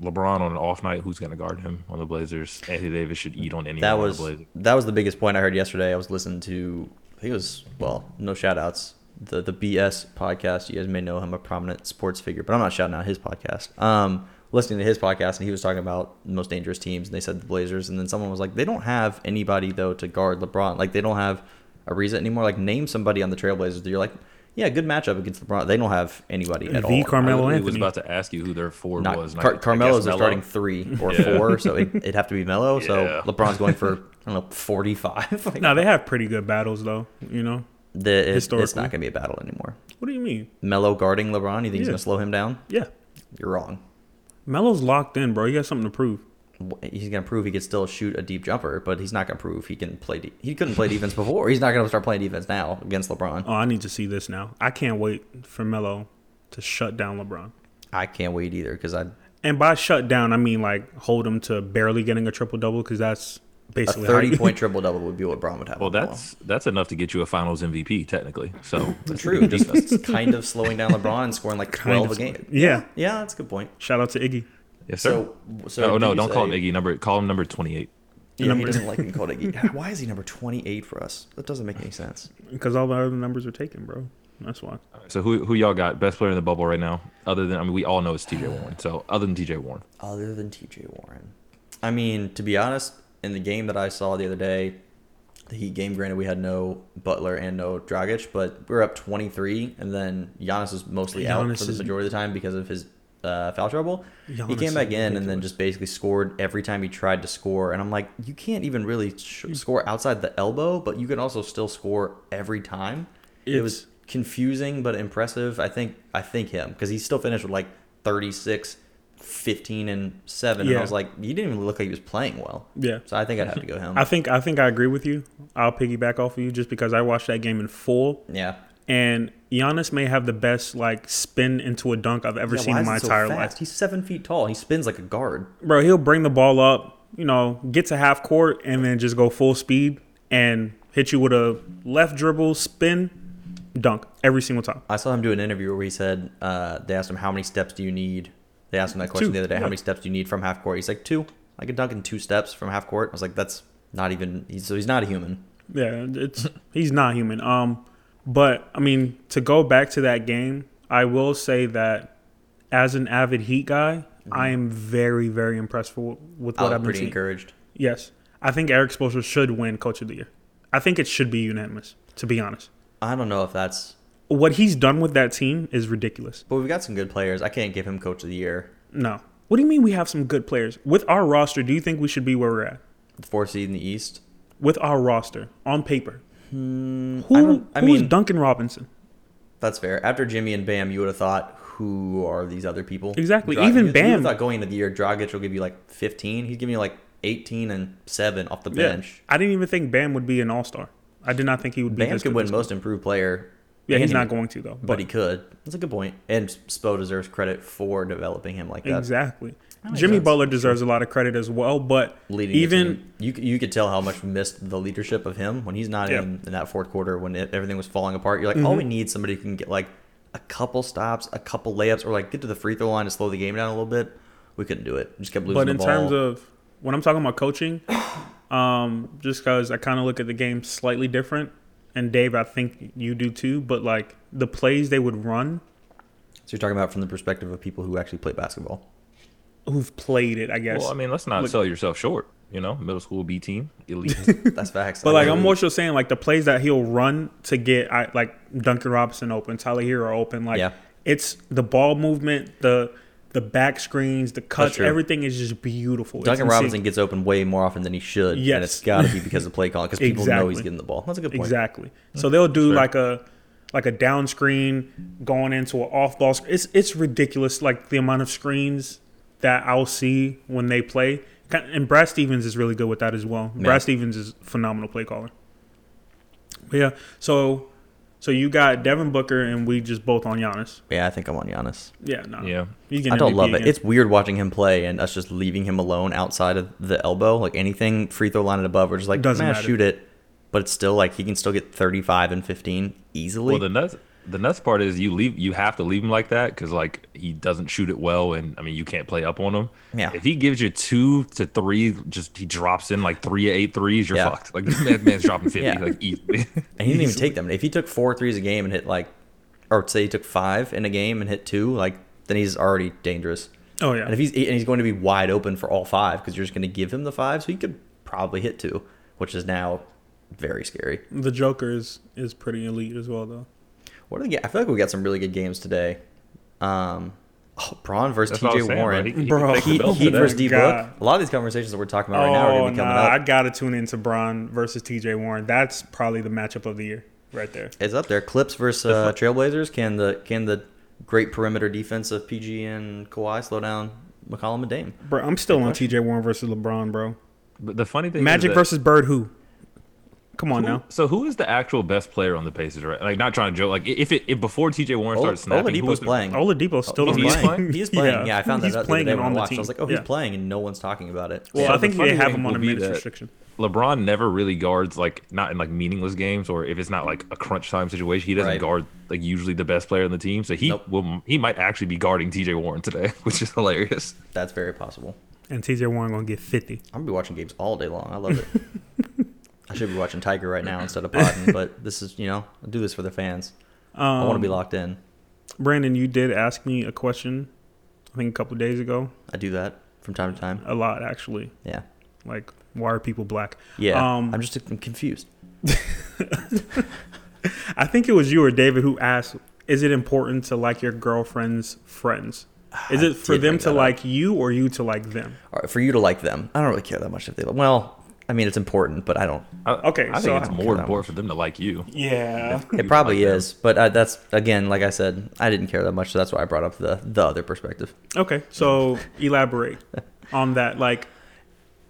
Speaker 3: LeBron on an off night, who's going to guard him on the Blazers? Anthony Davis should eat on anyone.
Speaker 1: that
Speaker 3: on the
Speaker 1: was
Speaker 3: Blazers.
Speaker 1: that was the biggest point I heard yesterday. I was listening to I think it was well, no shout outs. The the BS podcast. You guys may know him, a prominent sports figure, but I'm not shouting out his podcast. Um listening to his podcast and he was talking about the most dangerous teams and they said the Blazers and then someone was like, They don't have anybody though to guard LeBron. Like they don't have a reason anymore. Like name somebody on the Trailblazers that you're like, Yeah, good matchup against LeBron. They don't have anybody at
Speaker 2: The
Speaker 1: all.
Speaker 3: I
Speaker 2: Carmelo
Speaker 3: literally was
Speaker 2: Anthony.
Speaker 3: about to ask you who their four
Speaker 1: Not,
Speaker 3: was. and I- I
Speaker 1: Car-
Speaker 3: guess
Speaker 1: Carmelo's a
Speaker 3: Melo.
Speaker 1: starting three or
Speaker 3: Yeah.
Speaker 1: four, so it, it'd have to be Melo.
Speaker 3: Yeah.
Speaker 1: So LeBron's going for I don't know forty five. like,
Speaker 2: no, they have pretty good battles though. You know
Speaker 1: the, it- it's
Speaker 2: historically.
Speaker 1: not going to be a battle anymore.
Speaker 2: what do you mean?
Speaker 1: Melo guarding LeBron, you think he's
Speaker 2: Yeah.
Speaker 1: going to slow him down?
Speaker 2: Yeah,
Speaker 1: You're wrong.
Speaker 2: Melo's locked in, bro. You got something to prove.
Speaker 1: W- He's going to prove he could still shoot a deep jumper, but he's not going to prove he can play. De- he couldn't play defense before. He's not going to start playing defense now against LeBron.
Speaker 2: Oh, I need to see this now. I can't wait for Melo to shut down LeBron.
Speaker 1: I can't wait either because I
Speaker 2: And by shut down, I mean like hold him to barely getting a triple double because that's
Speaker 1: a
Speaker 2: basically how you-
Speaker 1: thirty point triple double would be what Braun would have.
Speaker 3: Well,
Speaker 1: on the ball.
Speaker 3: that's that's enough to get you a Finals MVP technically. So that's
Speaker 1: true. Just kind of slowing down LeBron and scoring like
Speaker 2: kind
Speaker 1: twelve
Speaker 2: of-
Speaker 1: a game.
Speaker 2: Yeah.
Speaker 1: Yeah, that's a good point.
Speaker 2: Shout out to Iggy.
Speaker 3: Yes, sir.
Speaker 1: So, so
Speaker 3: oh
Speaker 1: did
Speaker 3: no,
Speaker 1: you
Speaker 3: don't call him
Speaker 1: say-
Speaker 3: Iggy. Number call him number twenty eight.
Speaker 1: Yeah, he
Speaker 2: Number-
Speaker 1: doesn't like being called Iggy. Why is he number twenty eight for us? That doesn't make any sense.
Speaker 2: Because all the other numbers are taken, bro. That's why.
Speaker 3: So who who y'all got best player in the bubble right now? Other than I mean, we all know it's T.J. Warren. So other than T.J. Warren,
Speaker 1: other than TJ Warren? I mean, to be honest, in the game that I saw the other day, the Heat game, granted, we had no Butler and no Dragic, but we were up 23, and then Giannis was mostly out
Speaker 2: Giannis
Speaker 1: for the
Speaker 2: is-
Speaker 1: majority of the time because of his uh, foul trouble. he
Speaker 2: Giannis
Speaker 1: came back
Speaker 2: is
Speaker 1: in and then just basically scored every time he tried to score. And I'm like, you can't even really sh-
Speaker 2: Hmm.
Speaker 1: score outside the elbow, but you can also still score every time. it was confusing but impressive. I think I think him because he still finished with like 36, 15, and seven. And
Speaker 2: Yeah.
Speaker 1: I was like, he didn't even look like he was playing well.
Speaker 2: Yeah.
Speaker 1: So I think I'd have to go him.
Speaker 2: I think I think I agree with you. I'll piggyback off of you just because I watched that game in full
Speaker 1: yeah.
Speaker 2: and Giannis may have the best like spin into a dunk I've ever
Speaker 1: Yeah,
Speaker 2: seen
Speaker 1: why
Speaker 2: in
Speaker 1: is
Speaker 2: my
Speaker 1: he so
Speaker 2: entire
Speaker 1: fast?
Speaker 2: life.
Speaker 1: He's seven feet tall. He spins like a guard.
Speaker 2: Bro, he'll bring the ball up, you know, get to half court and then just go full speed and hit you with a left dribble spin dunk every single time.
Speaker 1: I saw him do an interview where he said uh, they asked him how many steps do you need. They asked him that question
Speaker 2: Two,
Speaker 1: the other day.
Speaker 2: yeah.
Speaker 1: How many steps do you need from half court? He's like two. I could dunk in two steps from half court. I was like, that's not even. He's, so he's not a human.
Speaker 2: Yeah, it's he's not human. Um, But I mean, to go back to that game, I will say that as an avid Heat guy, I am very, very impressed for, with
Speaker 1: I
Speaker 2: what
Speaker 1: was Mm-hmm.
Speaker 2: I've been
Speaker 1: Oh, pretty
Speaker 2: seeing.
Speaker 1: encouraged.
Speaker 2: Yes, I think Eric Spoelstra should win Coach of the Year. I think it should be unanimous. To be honest,
Speaker 1: I don't know if that's,
Speaker 2: what he's done with that team is ridiculous.
Speaker 1: but we've got some good players. I can't give him coach of the year.
Speaker 2: No, what do you mean we have some good players with our roster? Do you think we should be where we're at
Speaker 1: The four seed in the East.
Speaker 2: with our roster on paper?
Speaker 1: Hmm, I
Speaker 2: Who,
Speaker 1: don't- I
Speaker 2: who is
Speaker 1: mean-
Speaker 2: Duncan Robinson?
Speaker 1: That's fair. After Jimmy and Bam, you would have thought, who are these other people?
Speaker 2: Exactly. Even
Speaker 1: you, You would
Speaker 2: Bam-
Speaker 1: have thought going into the year, Dragic will give you like 15. He's giving you like 18 and 7 off the bench.
Speaker 2: I didn't even think Bam would be an All Star. I did not think he would be.
Speaker 1: Bam
Speaker 2: this
Speaker 1: could
Speaker 2: good
Speaker 1: win
Speaker 2: this-
Speaker 1: most improved player.
Speaker 2: Yeah,
Speaker 1: And
Speaker 2: he's
Speaker 1: he-
Speaker 2: not going to though.
Speaker 1: But he could. That's a good point. And Spo deserves credit for developing him like that.
Speaker 2: Exactly.
Speaker 1: makes
Speaker 2: Jimmy
Speaker 1: sense.
Speaker 2: Butler deserves a lot of credit as well, but
Speaker 1: Leading
Speaker 2: even
Speaker 1: even you, c- you could tell how much we missed the leadership of him when he's not
Speaker 2: Yeah.
Speaker 1: in, in that fourth quarter when it, everything was falling apart. You're like,
Speaker 2: Mm-hmm.
Speaker 1: oh, we need somebody who can get like a couple stops, a couple layups, or like get to the free throw line to slow the game down a little bit. We couldn't do it. We just kept losing
Speaker 2: but
Speaker 1: the
Speaker 2: in
Speaker 1: ball.
Speaker 2: terms of when I'm talking about coaching, um, just because I kind of look at the game slightly different, and Dave, I think you do too. But like the plays they would run,
Speaker 1: So you're talking about from the perspective of people who actually play basketball.
Speaker 2: who've played it, I guess.
Speaker 3: Well, I mean, let's not
Speaker 2: Look-
Speaker 3: sell yourself short. You know, middle school B team, elite.
Speaker 1: That's facts.
Speaker 2: but
Speaker 1: I
Speaker 2: like I'm
Speaker 1: agree.
Speaker 2: more so saying like the plays that he'll run to get I, like Duncan Robinson open, Tyler Hero open, like
Speaker 1: Yeah.
Speaker 2: it's the ball movement, the the back screens, the cuts,
Speaker 1: true.
Speaker 2: everything is just beautiful. It's
Speaker 1: Duncan
Speaker 2: insane.
Speaker 1: Robinson gets open way more often than he should.
Speaker 2: Yes.
Speaker 1: And it's got to be because of play calling because people know he's
Speaker 2: Exactly.
Speaker 1: getting the ball. That's a good point.
Speaker 2: Exactly. So they'll do
Speaker 3: fair.
Speaker 2: like a like a down screen going into an off ball. sc- It's it's ridiculous. Like the amount of screens that I'll see when they play. Ki- And Brad Stevens is really good with that as well. Brad Stevens is a phenomenal play caller. But yeah. So so you got Devin Booker and we just both on Giannis.
Speaker 1: Yeah, I think I'm on Giannis.
Speaker 2: Yeah. No.
Speaker 3: yeah.
Speaker 2: You can
Speaker 1: I don't
Speaker 2: MVP
Speaker 1: love it.
Speaker 2: again.
Speaker 1: It's weird watching him play and us just leaving him alone outside of the elbow. Like anything free throw line and above, we're just like,
Speaker 2: Doesn't
Speaker 1: man,
Speaker 2: matter.
Speaker 1: shoot it. But it's still like he can still get 35 and 15 easily.
Speaker 3: Well, the nuts, the nuts part is you leave, you have to leave him like that because like he doesn't shoot it well, and I mean you can't play up on him.
Speaker 1: Yeah.
Speaker 3: If he gives you two to three, just he drops in like three to eight threes, you're
Speaker 1: Yeah.
Speaker 3: fucked. Like this man, man's dropping fifty
Speaker 1: Yeah.
Speaker 3: like easily.
Speaker 1: and he didn't even take them. If he took four threes a game and hit like, or say he took five in a game and hit two, like then he's already dangerous.
Speaker 2: oh yeah.
Speaker 1: And if he's and he's going to be wide open for all five because you're just going to give him the five, so he could probably hit two, which is now very scary.
Speaker 2: the Joker is is pretty elite as well though.
Speaker 1: What are the? ga- I feel like we got some really good games today. Um, oh, Braun versus
Speaker 3: That's what I was
Speaker 1: T.J.
Speaker 3: saying,
Speaker 1: Warren.
Speaker 3: bro. He- he
Speaker 2: Bro,
Speaker 3: can take the
Speaker 1: Heat,
Speaker 3: belt
Speaker 1: Heat
Speaker 3: today.
Speaker 1: versus D Book.
Speaker 2: God.
Speaker 1: A lot of these conversations that we're talking about right now are going to be coming
Speaker 2: Oh, nah, I
Speaker 1: up.
Speaker 2: gotta tune into Braun versus T.J. Warren. That's probably the matchup of the year, right there.
Speaker 1: It's up there. Clips versus uh, Trailblazers. Can the can the great perimeter defense of PG and Kawhi slow down McCollum and Dame?
Speaker 2: Bro, I'm still on T.J. Warren versus LeBron, bro.
Speaker 3: But the funny thing, is
Speaker 2: Magic
Speaker 3: that-
Speaker 2: versus Bird, who? Come on
Speaker 3: Who-
Speaker 2: now.
Speaker 3: So who is the actual best player on the Pacers? Right? Like not trying to joke. Like if it if before T.J. Warren
Speaker 1: Ola-
Speaker 3: started snapping, who was
Speaker 1: Oladipo's
Speaker 3: the-
Speaker 1: playing.
Speaker 2: Oladipo's still
Speaker 1: Oh, He's
Speaker 2: on the
Speaker 3: playing.
Speaker 2: team.
Speaker 1: He is playing. Yeah, I found that
Speaker 2: he's
Speaker 1: out the other
Speaker 2: playing
Speaker 1: day
Speaker 2: and
Speaker 1: when I
Speaker 2: on the
Speaker 1: watched.
Speaker 2: team.
Speaker 1: I was like, oh,
Speaker 2: yeah.
Speaker 1: he's playing, and no one's talking about it.
Speaker 2: Well,
Speaker 3: Yeah,
Speaker 2: I
Speaker 3: the
Speaker 2: think
Speaker 3: funny
Speaker 2: they have
Speaker 3: thing
Speaker 2: him on a
Speaker 3: will be
Speaker 2: minutes
Speaker 3: that-
Speaker 2: restriction.
Speaker 3: LeBron never really guards like not in like meaningless games or if it's not like a crunch time situation, he doesn't
Speaker 1: Right.
Speaker 3: guard like usually the best player on the team. So he
Speaker 1: Nope.
Speaker 3: will he might actually be guarding TJ Warren today, which is hilarious.
Speaker 1: That's very possible.
Speaker 2: And T.J. Warren gonna get 50.
Speaker 1: I'm gonna be watching games all day long. I love it. I should be watching Tiger right now instead of potting, but this is you know I do this for the fans. I want to be locked in.
Speaker 2: Um, Brandon, you did ask me a question, I think a couple days ago.
Speaker 1: I do that from time to time.
Speaker 2: A lot, actually.
Speaker 1: Yeah,
Speaker 2: Like, why are people black?
Speaker 1: yeah.
Speaker 2: Um,
Speaker 1: I'm just I'm confused.
Speaker 2: I think it was you or David who asked, "Is it important to like your girlfriend's friends? Is
Speaker 1: I
Speaker 2: it for
Speaker 1: did
Speaker 2: them
Speaker 1: bring
Speaker 2: to
Speaker 1: that up.
Speaker 2: like you or you to like them?"
Speaker 1: All right, for you to like them, I don't really care that much if they. Well, I mean it's important, but I don't.
Speaker 3: I,
Speaker 2: Okay,
Speaker 3: I think
Speaker 2: so-
Speaker 3: it's more important for them to like you.
Speaker 2: Yeah,
Speaker 1: It probably is, but I, that's again, like I said, I didn't care that much, so that's why I brought up the the other perspective.
Speaker 2: Okay, so elaborate on that. Like,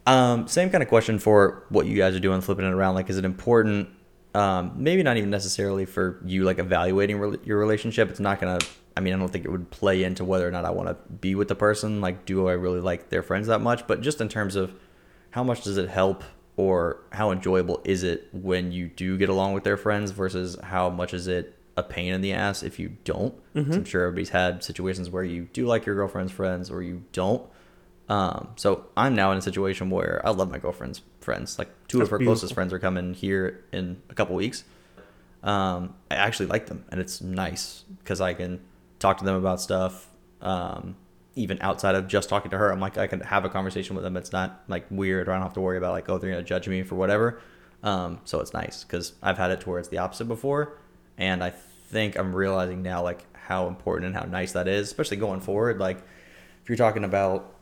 Speaker 1: Um, same kind of question for what you guys are doing, flipping it around. Like, is it important? Um, maybe not even necessarily for you, like evaluating rel your relationship. It's not gonna. I mean, I don't think it would play into whether or not I want to be with the person. Like, do I really like their friends that much? But just in terms of how much does it help, or how enjoyable is it when you do get along with their friends versus how much is it a pain in the ass if you don't? 'Cause I'm sure everybody's had situations where you do like your girlfriend's friends or you don't. Um, so I'm now in a situation where I love my girlfriend's friends. Like two
Speaker 2: That's
Speaker 1: of her
Speaker 2: beautiful.
Speaker 1: closest friends are coming here in a couple weeks. um, I actually like them, and it's nice because I can talk to them about stuff. Um, even outside of just talking to her, I'm like I can have a conversation with them. It's not like weird, or I don't have to worry about like oh they're gonna judge me for whatever. Um, so it's nice because I've had it to where it's the opposite before, and I think I'm realizing now like how important and how nice that is, especially going forward. Like if you're talking about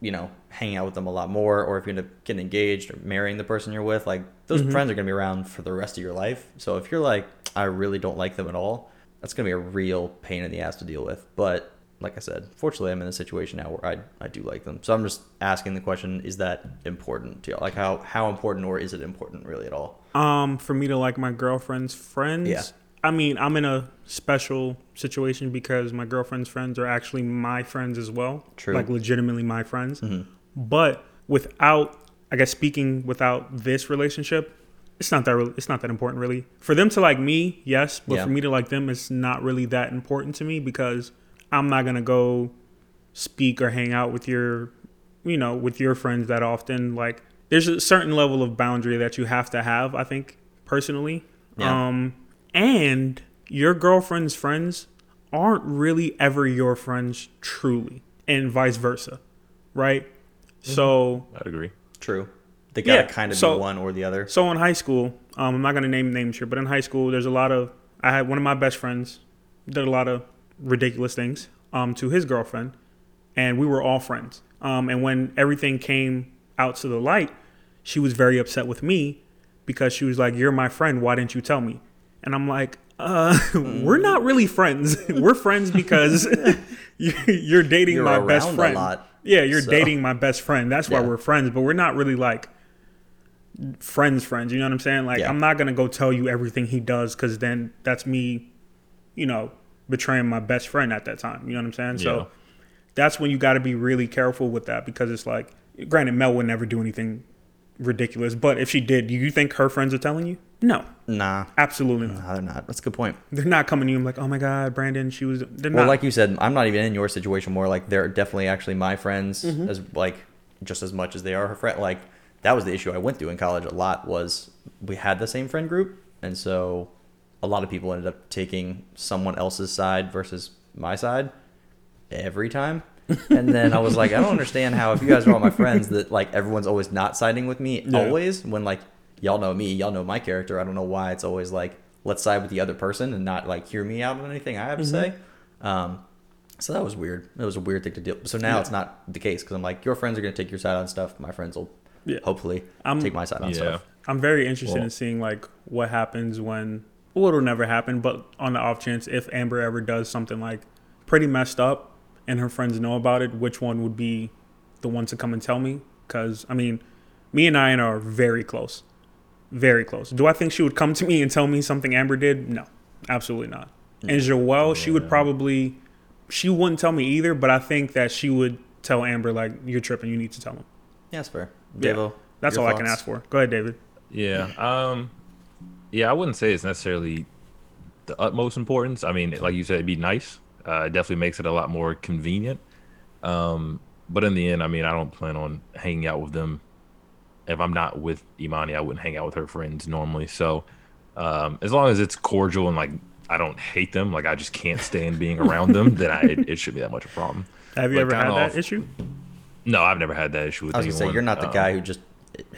Speaker 1: you know hanging out with them a lot more or if you end up getting engaged or marrying the person you're with like those
Speaker 2: Mm-hmm.
Speaker 1: friends are going to be around for the rest of your life so if you're like i really don't like them at all that's going to be a real pain in the ass to deal with but like i said fortunately i'm in a situation now where i, I do like them so i'm just asking the question is that important to you like how, how important or is it important really at all
Speaker 2: Um, for me to like my girlfriend's friends.
Speaker 1: Yeah.
Speaker 2: I mean, I'm in a special situation because my girlfriend's friends are actually my friends as well.
Speaker 1: True. Mm-hmm.
Speaker 2: Like legitimately my friends. But without, I guess, speaking without this relationship, it's not that re- it's not that important really. For them to like me, yes, but
Speaker 1: Yeah.
Speaker 2: for me to like them, it's not really that important to me because I'm not gonna go speak or hang out with your you know with your friends that often like there's a certain level of boundary that you have to have i think personally
Speaker 1: Yeah.
Speaker 2: um and your girlfriend's friends aren't really ever your friends truly and vice versa right so
Speaker 3: I'd agree.
Speaker 1: true they gotta
Speaker 2: Yeah,
Speaker 1: kind of
Speaker 2: so-
Speaker 1: be one or the other
Speaker 2: so in high school, um, I'm not gonna name names here, but in high school, there's a lot of I had one of my best friends did a lot of ridiculous things um, to his girlfriend, and we were all friends. Um, and when everything came out to the light, she was very upset with me because she was like, "You're my friend. Why didn't you tell me?" And I'm like, uh, "We're not really friends. we're friends because you're you're dating
Speaker 1: You're
Speaker 2: my best
Speaker 1: around a
Speaker 2: friend.
Speaker 1: lot,
Speaker 2: yeah, you're
Speaker 1: so-
Speaker 2: dating my best friend. That's why
Speaker 1: Yeah.
Speaker 2: we're friends. But we're not really like." friends friends you know what i'm saying like
Speaker 1: Yeah.
Speaker 2: i'm not gonna go tell you everything he does because then that's me you know betraying my best friend at that time you know what i'm saying
Speaker 3: Yeah.
Speaker 2: so that's when you got to be really careful with that because it's like granted mel would never do anything ridiculous but if she did do you think her friends are telling you no
Speaker 1: nah
Speaker 2: absolutely not
Speaker 1: nah they're not that's a good point
Speaker 2: they're not coming to you I'm like oh my god brandon she was they're
Speaker 1: Well,
Speaker 2: not
Speaker 1: like you said, I'm not even in your situation where like they're definitely actually my friends
Speaker 2: Mm-hmm.
Speaker 1: as like just as much as they are her friend. Like that was the issue I went through in college a lot was we had the same friend group, and so a lot of people ended up taking someone else's side versus my side every time. And then I was like, I don't understand how if you guys are all my friends that like everyone's always not siding with me
Speaker 2: Yeah.
Speaker 1: always when like y'all know me, y'all know my character. I don't know why it's always like let's side with the other person and not like hear me out on anything I have to
Speaker 2: Mm-hmm.
Speaker 1: say. Um, so that was weird. It was a weird thing to deal. So now it's not the case because I'm like your friends are gonna take your side on stuff. My friends will
Speaker 2: Yeah.
Speaker 1: hopefully
Speaker 2: I'm-
Speaker 1: take my side on
Speaker 3: yeah.
Speaker 1: stuff.
Speaker 2: I'm very interested
Speaker 3: Well-
Speaker 2: in seeing like what happens when well it'll never happen, but on the off chance if Amber ever does something like pretty messed up and her friends know about it, which one would be the one to come and tell me? Because I mean, me and Ian are very close, very close. Do I think she would come to me and tell me something Amber did? No, absolutely not. And
Speaker 3: Mm.
Speaker 2: Joelle, she would probably she wouldn't tell me either, but I think that she would tell Amber like you're tripping, you need to tell him.
Speaker 1: Yeah, that's fair.
Speaker 2: Yeah.
Speaker 1: Devo,
Speaker 2: That's
Speaker 1: your
Speaker 2: all I can
Speaker 1: thoughts?
Speaker 2: ask for. Go ahead, David.
Speaker 3: Yeah. Um yeah, I wouldn't say it's necessarily the utmost importance. I mean, like you said, it'd be nice. Uh, it definitely makes it a lot more convenient. Um, but in the end, I mean, I don't plan on hanging out with them. If I'm not with Imani, I wouldn't hang out with her friends normally. So um, as long as it's cordial and like I don't hate them, like I just can't stand being around them, then I, it, shouldn't be that much of a problem.
Speaker 2: Have you
Speaker 3: Like,
Speaker 2: ever had
Speaker 3: kinda
Speaker 2: that
Speaker 3: off-
Speaker 2: issue?
Speaker 3: No, I've never had that issue with
Speaker 1: I was gonna
Speaker 3: anyone.
Speaker 1: say you're not the
Speaker 3: Um,
Speaker 1: guy who just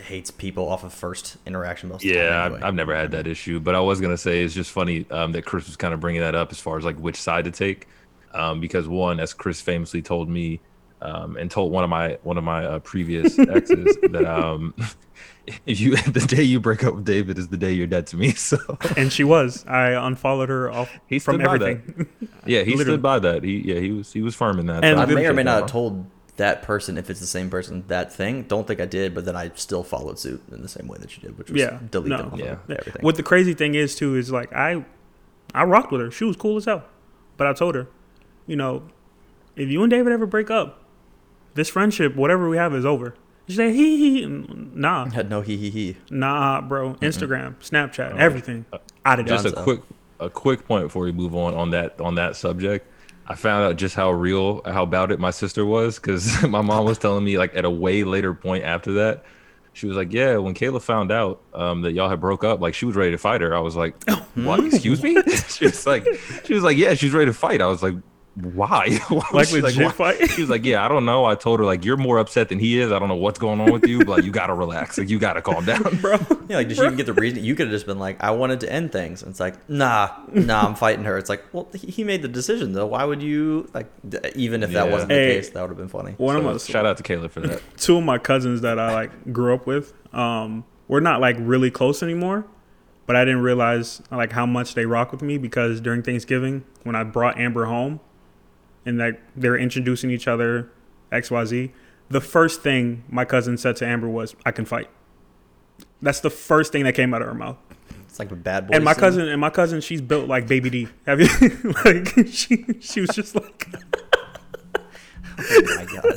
Speaker 1: hates people off of first interaction most. of the
Speaker 3: Yeah,
Speaker 1: time anyway.
Speaker 3: I've, I've never had that issue, but I was gonna say it's just funny um, that Chris was kind of bringing that up as far as like which side to take, um, because one, as Chris famously told me, um, and told one of my one of my uh, previous exes that um, if you the day you break up with David is the day you're dead to me. So
Speaker 2: and she was. I unfollowed her off
Speaker 3: He stood
Speaker 2: from
Speaker 3: by that.
Speaker 2: everything.
Speaker 3: yeah, he
Speaker 2: Literally.
Speaker 3: stood by that. He yeah he was he was firm in that.
Speaker 2: And
Speaker 3: so
Speaker 1: I
Speaker 2: didn't
Speaker 1: may or
Speaker 3: appreciate
Speaker 1: may
Speaker 3: that,
Speaker 1: not have
Speaker 3: bro.
Speaker 1: told that person if it's the same person that thing. Don't think I did, but then I still followed suit in the same way that you did, which was
Speaker 2: Yeah,
Speaker 1: delete
Speaker 2: no.
Speaker 1: them off
Speaker 3: Yeah.
Speaker 1: of everything.
Speaker 2: What the crazy thing is too is like I, I rocked with her. She was cool as hell, but I told her, you know, if you and David ever break up, this friendship, whatever we have, is over. She said, "He he, nah,
Speaker 1: had no he he he.
Speaker 2: nah, bro. Instagram, Snapchat, everything, out of
Speaker 3: just a
Speaker 1: Gonzo.
Speaker 3: quick a quick point before we move on on that on that subject i found out just how real how about it my sister was because my mom was telling me like at a way later point after
Speaker 2: Oh.
Speaker 3: that she was like yeah when kayla found out um, that y'all had broke up like she was ready to fight her i was like what? Excuse me? she was like, she was like, yeah, she's ready to fight. I was like, why? Why was
Speaker 2: Like
Speaker 3: she
Speaker 2: legit
Speaker 3: why?
Speaker 2: fight?
Speaker 3: She was like, yeah, I don't know. I told her like, you're more upset than he is. I don't know what's going on with you, but like, you gotta relax. Like, you gotta calm down.
Speaker 2: bro.
Speaker 1: Yeah, like did she even get the reason? You could have just been like, "I wanted to end things," and it's like, "Nah, nah, I'm fighting her." It's like, well, he he made the decision though. Why would you like? d- Even if that
Speaker 3: Yeah.
Speaker 1: wasn't the
Speaker 2: Hey.
Speaker 1: case, that would have been funny.
Speaker 2: One of
Speaker 3: So,
Speaker 2: my
Speaker 3: shout out to Caleb for that.
Speaker 2: two of my cousins that I like grew up with, um, we're not like really close anymore. But I didn't realize like how much they rock with me because during Thanksgiving when I brought Amber home, and like they're introducing each other, X Y Z. The first thing my cousin said to Amber was, "I can fight." That's the first thing that came out of her mouth.
Speaker 1: It's like a bad boy.
Speaker 2: And my
Speaker 1: scene.
Speaker 2: cousin, and my cousin, she's built like Baby D. Have you like she? She was just like.
Speaker 1: Oh my god.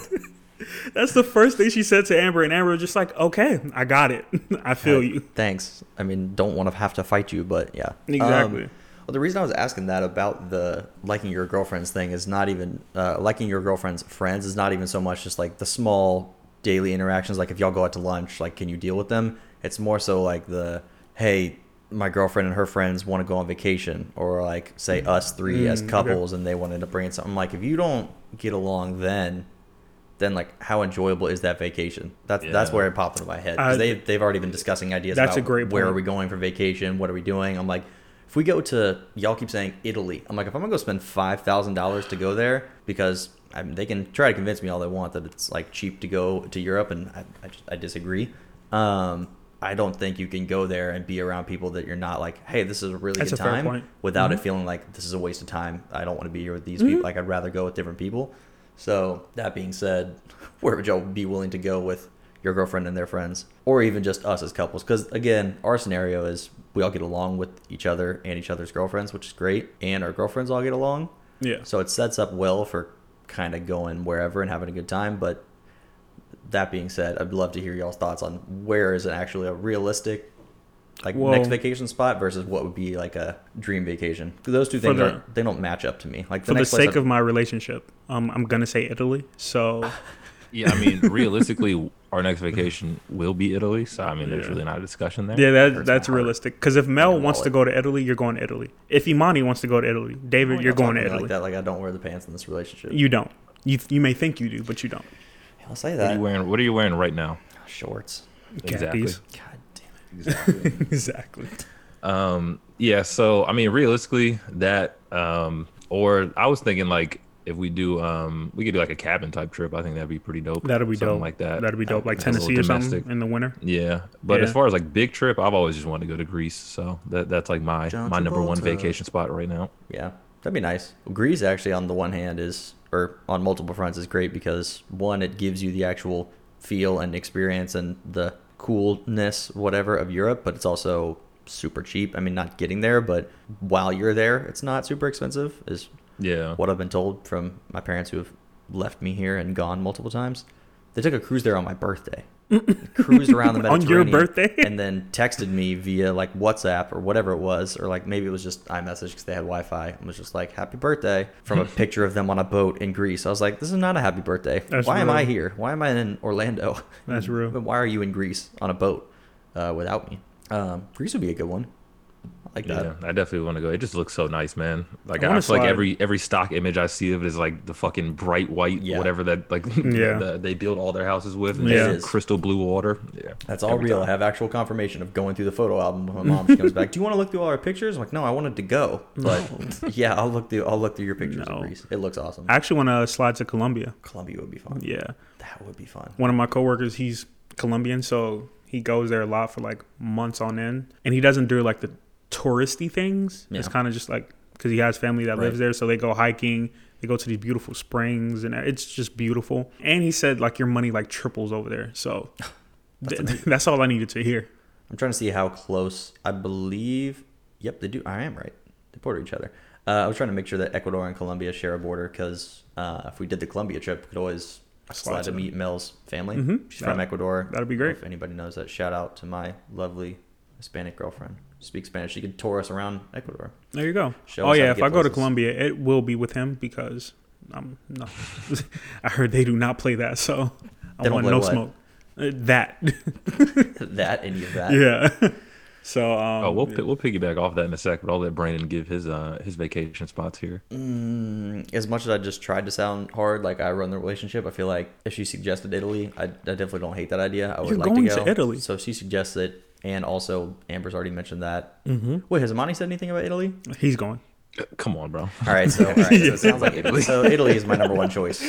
Speaker 2: That's the first thing she said to Amber, and Amber was just like, "Okay, I got it. I feel
Speaker 1: Like,
Speaker 2: you."
Speaker 1: Thanks. I mean, don't want to have to fight you, but yeah.
Speaker 2: Exactly.
Speaker 1: Um, well, the reason I was asking that about the liking your girlfriend's thing is not even uh, liking your girlfriend's friends is not even so much just like the small daily interactions. Like if y'all go out to lunch, like can you deal with them? It's more so like the hey, my girlfriend and her friends want to go on vacation, or like say us three as
Speaker 2: Mm, okay.
Speaker 1: couples, and they wanted to bring in something. Like if you don't get along, then then like how enjoyable is that vacation? That's that's
Speaker 3: Yeah.
Speaker 1: where it popped into my head
Speaker 2: I-
Speaker 1: because they they've already been discussing ideas.
Speaker 2: That's
Speaker 1: about
Speaker 2: a great
Speaker 1: Where are
Speaker 2: point.
Speaker 1: we going for vacation? What are we doing? I'm like, if we go to y'all keep saying Italy, I'm like, if I'm gonna go spend five thousand dollars to go there because I mean, they can try to convince me all they want that it's like cheap to go to Europe, and I I, just, I disagree. Um, I don't think you can go there and be around people that you're not like, hey, this is a really
Speaker 2: That's
Speaker 1: good
Speaker 2: a fair
Speaker 1: time
Speaker 2: point. Mm-hmm.
Speaker 1: without it feeling like this is a waste of time. I don't want to be here with these people. Like I'd rather go with different people. So that being said, where would y'all be willing to go with your girlfriend and their friends, or even just us as couples? Because again, our scenario is we all get along with each other and each other's girlfriends, which is great, and our girlfriends all get along.
Speaker 2: Yeah.
Speaker 1: So it sets up well for kind of going wherever and having a good time. But that being said, I'd love to hear y'all's thoughts on where is it actually a realistic like
Speaker 2: Well-
Speaker 1: next vacation spot versus what would be like a dream vacation. 'Cause Those two things
Speaker 2: the-
Speaker 1: aren't they don't match up to me. Like the
Speaker 2: For the
Speaker 1: next place
Speaker 2: sake
Speaker 1: I-
Speaker 2: of my relationship, um, I'm gonna say Italy. So
Speaker 3: Yeah, I mean, realistically, our next vacation will be Italy. So I mean, there's
Speaker 2: Yeah.
Speaker 3: really not a discussion there.
Speaker 2: yeah, that
Speaker 1: Hurts
Speaker 2: that's
Speaker 1: my heart.
Speaker 2: realistic. Because if Mel
Speaker 1: Yeah,
Speaker 2: wants to go to Italy, you're going to Italy. If Imani wants to go to Italy, David,
Speaker 1: Y'all
Speaker 2: you're going
Speaker 1: talking to
Speaker 2: to
Speaker 1: me
Speaker 2: Italy.
Speaker 1: like that. Like I don't wear the pants in this relationship.
Speaker 2: you don't. You you may think you do, but you don't.
Speaker 1: I'll say
Speaker 3: What are
Speaker 1: that
Speaker 3: you wearing? What are you wearing right now?
Speaker 1: shorts.
Speaker 3: Exactly.
Speaker 2: Khakis.
Speaker 1: God damn
Speaker 3: Exactly.
Speaker 2: exactly.
Speaker 3: Um, yeah, so I mean, realistically, that um, or I was thinking like if we do, um, we could do like a cabin type trip. I think that'd be pretty dope.
Speaker 2: That'll be
Speaker 3: Something
Speaker 2: dope.
Speaker 3: like that.
Speaker 2: That'd be dope, like
Speaker 3: Like a little
Speaker 2: Tennessee or something
Speaker 3: domestic.
Speaker 2: in the winter.
Speaker 3: yeah, but
Speaker 2: Yeah.
Speaker 3: as far as like big trip, I've always just wanted to go to Greece. So that that's like my
Speaker 1: John
Speaker 3: my number one
Speaker 1: Travolta.
Speaker 3: vacation spot right now.
Speaker 1: it. Yeah, that'd be nice. Greece actually on the one hand is or on multiple fronts is great because one it gives you the actual feel and experience and the coolness whatever of Europe, but it's also super cheap. I mean, not getting there, but while you're there, it's not super expensive. Is
Speaker 3: Yeah,
Speaker 1: what I've been told from my parents who have left me here and gone multiple times. They took a cruise there on my birthday. cruised around the
Speaker 2: On
Speaker 1: Mediterranean
Speaker 2: your birthday?
Speaker 1: and then texted me via like WhatsApp or whatever it was, or like maybe it was just iMessage because they had Wi-Fi and was just like "Happy birthday" from a picture of them on a boat in Greece. I was like, "This is not a happy birthday.
Speaker 2: That's
Speaker 1: why am
Speaker 2: real.
Speaker 1: I here? Why am I in Orlando?
Speaker 2: That's real.
Speaker 1: But why are you in Greece on a boat uh, without me? Um, Greece would be a good one. I like that.
Speaker 3: yeah, I definitely want to go. It just looks so nice, man. Like
Speaker 2: I
Speaker 3: I,
Speaker 2: wanna
Speaker 3: feel like
Speaker 2: slide.
Speaker 3: every every stock image I see of it is like the fucking bright white,
Speaker 1: Yeah.
Speaker 3: whatever that like
Speaker 2: Yeah.
Speaker 3: the, they build all their houses with. and
Speaker 2: Yeah.
Speaker 3: it's crystal blue water. Yeah,
Speaker 1: That's all
Speaker 3: Every
Speaker 1: real.
Speaker 3: time.
Speaker 1: I have actual confirmation of going through the photo album. when My mom she comes back. Do you want to look through all our pictures? I'm like, no, I wanted to go, but yeah, I'll look through. I'll look through your pictures.
Speaker 2: No.
Speaker 1: of Greece. It looks awesome.
Speaker 2: I actually want to slide to Colombia.
Speaker 1: Columbia would be fun.
Speaker 2: Yeah.
Speaker 1: That would be fun.
Speaker 2: one of my coworkers, he's Colombian, so he goes there a lot for like months on end, and he doesn't do like the touristy things. It's
Speaker 1: Yeah.
Speaker 2: kind of just like because he has family that lives
Speaker 1: Right.
Speaker 2: there, so they go hiking, they go to these beautiful springs, and it's just beautiful. And he said like your money like triples over there, so th- that's all I needed to hear.
Speaker 1: I'm trying to see how close. I believe. Yep, they do. I am right. They border each other. Uh, I was trying to make sure that Ecuador and Colombia share a border because uh, if we did the Colombia trip, we could always
Speaker 2: Slide
Speaker 1: slide
Speaker 2: to
Speaker 1: to
Speaker 2: them.
Speaker 1: meet Mel's family.
Speaker 2: Mhm.
Speaker 1: She's from
Speaker 2: That-
Speaker 1: Ecuador.
Speaker 2: that'd be great.
Speaker 1: If anybody knows that, shout out to my lovely Hispanic girlfriend. Speak Spanish. She could tour us around Ecuador.
Speaker 2: There you go.
Speaker 1: Show
Speaker 2: oh
Speaker 1: us how
Speaker 2: yeah,
Speaker 1: to
Speaker 2: if
Speaker 1: get
Speaker 2: I go to
Speaker 1: places.
Speaker 2: Colombia, it will be with him because um no, I heard they do not play that, so I
Speaker 1: They don't
Speaker 2: want
Speaker 1: play
Speaker 2: no
Speaker 1: what?
Speaker 2: smoke. Uh, That
Speaker 1: that any of that.
Speaker 2: yeah. So um,
Speaker 3: Oh, we'll pi- we'll piggyback off that in a sec, but I'll let Brandon give his uh his vacation spots here.
Speaker 1: Mm, as much as I just tried to sound hard, like I run the relationship, I feel like if she suggested Italy, I, I definitely don't hate that idea. I would
Speaker 2: You're
Speaker 1: like
Speaker 2: going
Speaker 1: to go
Speaker 2: to Italy.
Speaker 1: So she suggests it, and also Amber's already mentioned that. Mm-hmm. Wait, has Amani said anything about Italy?
Speaker 2: he's going.
Speaker 3: Come on, bro.
Speaker 1: All right, so, all right, so it sounds like Italy. So Italy is my number one choice.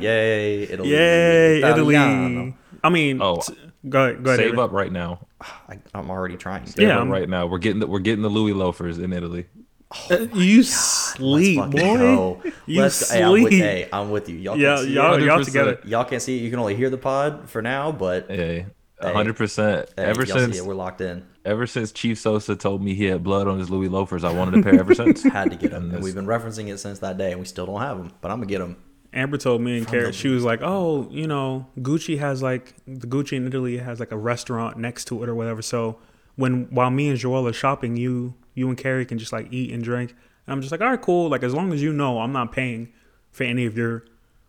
Speaker 1: Yay, Italy!
Speaker 2: Yay, Italy.
Speaker 1: Italiano.
Speaker 2: I mean,
Speaker 3: Oh.
Speaker 2: t- go ahead, go ahead.
Speaker 3: Save
Speaker 2: David. Um,
Speaker 3: up right now.
Speaker 1: I, I'm already trying. To.
Speaker 3: Save
Speaker 2: Yeah,
Speaker 3: up
Speaker 2: I'm-
Speaker 3: right now. We're getting the, we're getting the Louis loafers in Italy.
Speaker 1: Oh
Speaker 2: Uh, you sleep,
Speaker 1: Let's
Speaker 2: boy.
Speaker 1: fucking go.
Speaker 2: You
Speaker 1: Let's, Hey, I'm with,
Speaker 2: sleep.
Speaker 1: hey, I'm with you. Y'all can
Speaker 2: Yeah,
Speaker 1: see
Speaker 2: y'all,
Speaker 1: it.
Speaker 2: y'all
Speaker 3: 100%.
Speaker 2: together.
Speaker 1: y'all can't see it. You can only hear the pod for now, but hey,
Speaker 3: Hey, hundred percent. Ever
Speaker 1: y'all see
Speaker 3: since
Speaker 1: it, we're locked in.
Speaker 3: ever since Chief Sosa told me he had blood on his Louis loafers, I wanted a pair ever since.
Speaker 1: had to get them, and
Speaker 3: this-
Speaker 1: we've been referencing it since that day, and we still don't have them. But I'm gonna get them.
Speaker 2: Amber told me and Carrot, she was like, "Oh, you know, Gucci has like the Gucci in Italy has like a restaurant next to it or whatever. So when while me and Joel are shopping, you you and Carrie can just like eat and drink." And I'm just like, "All right, cool. Like as long as you know I'm not paying for any of your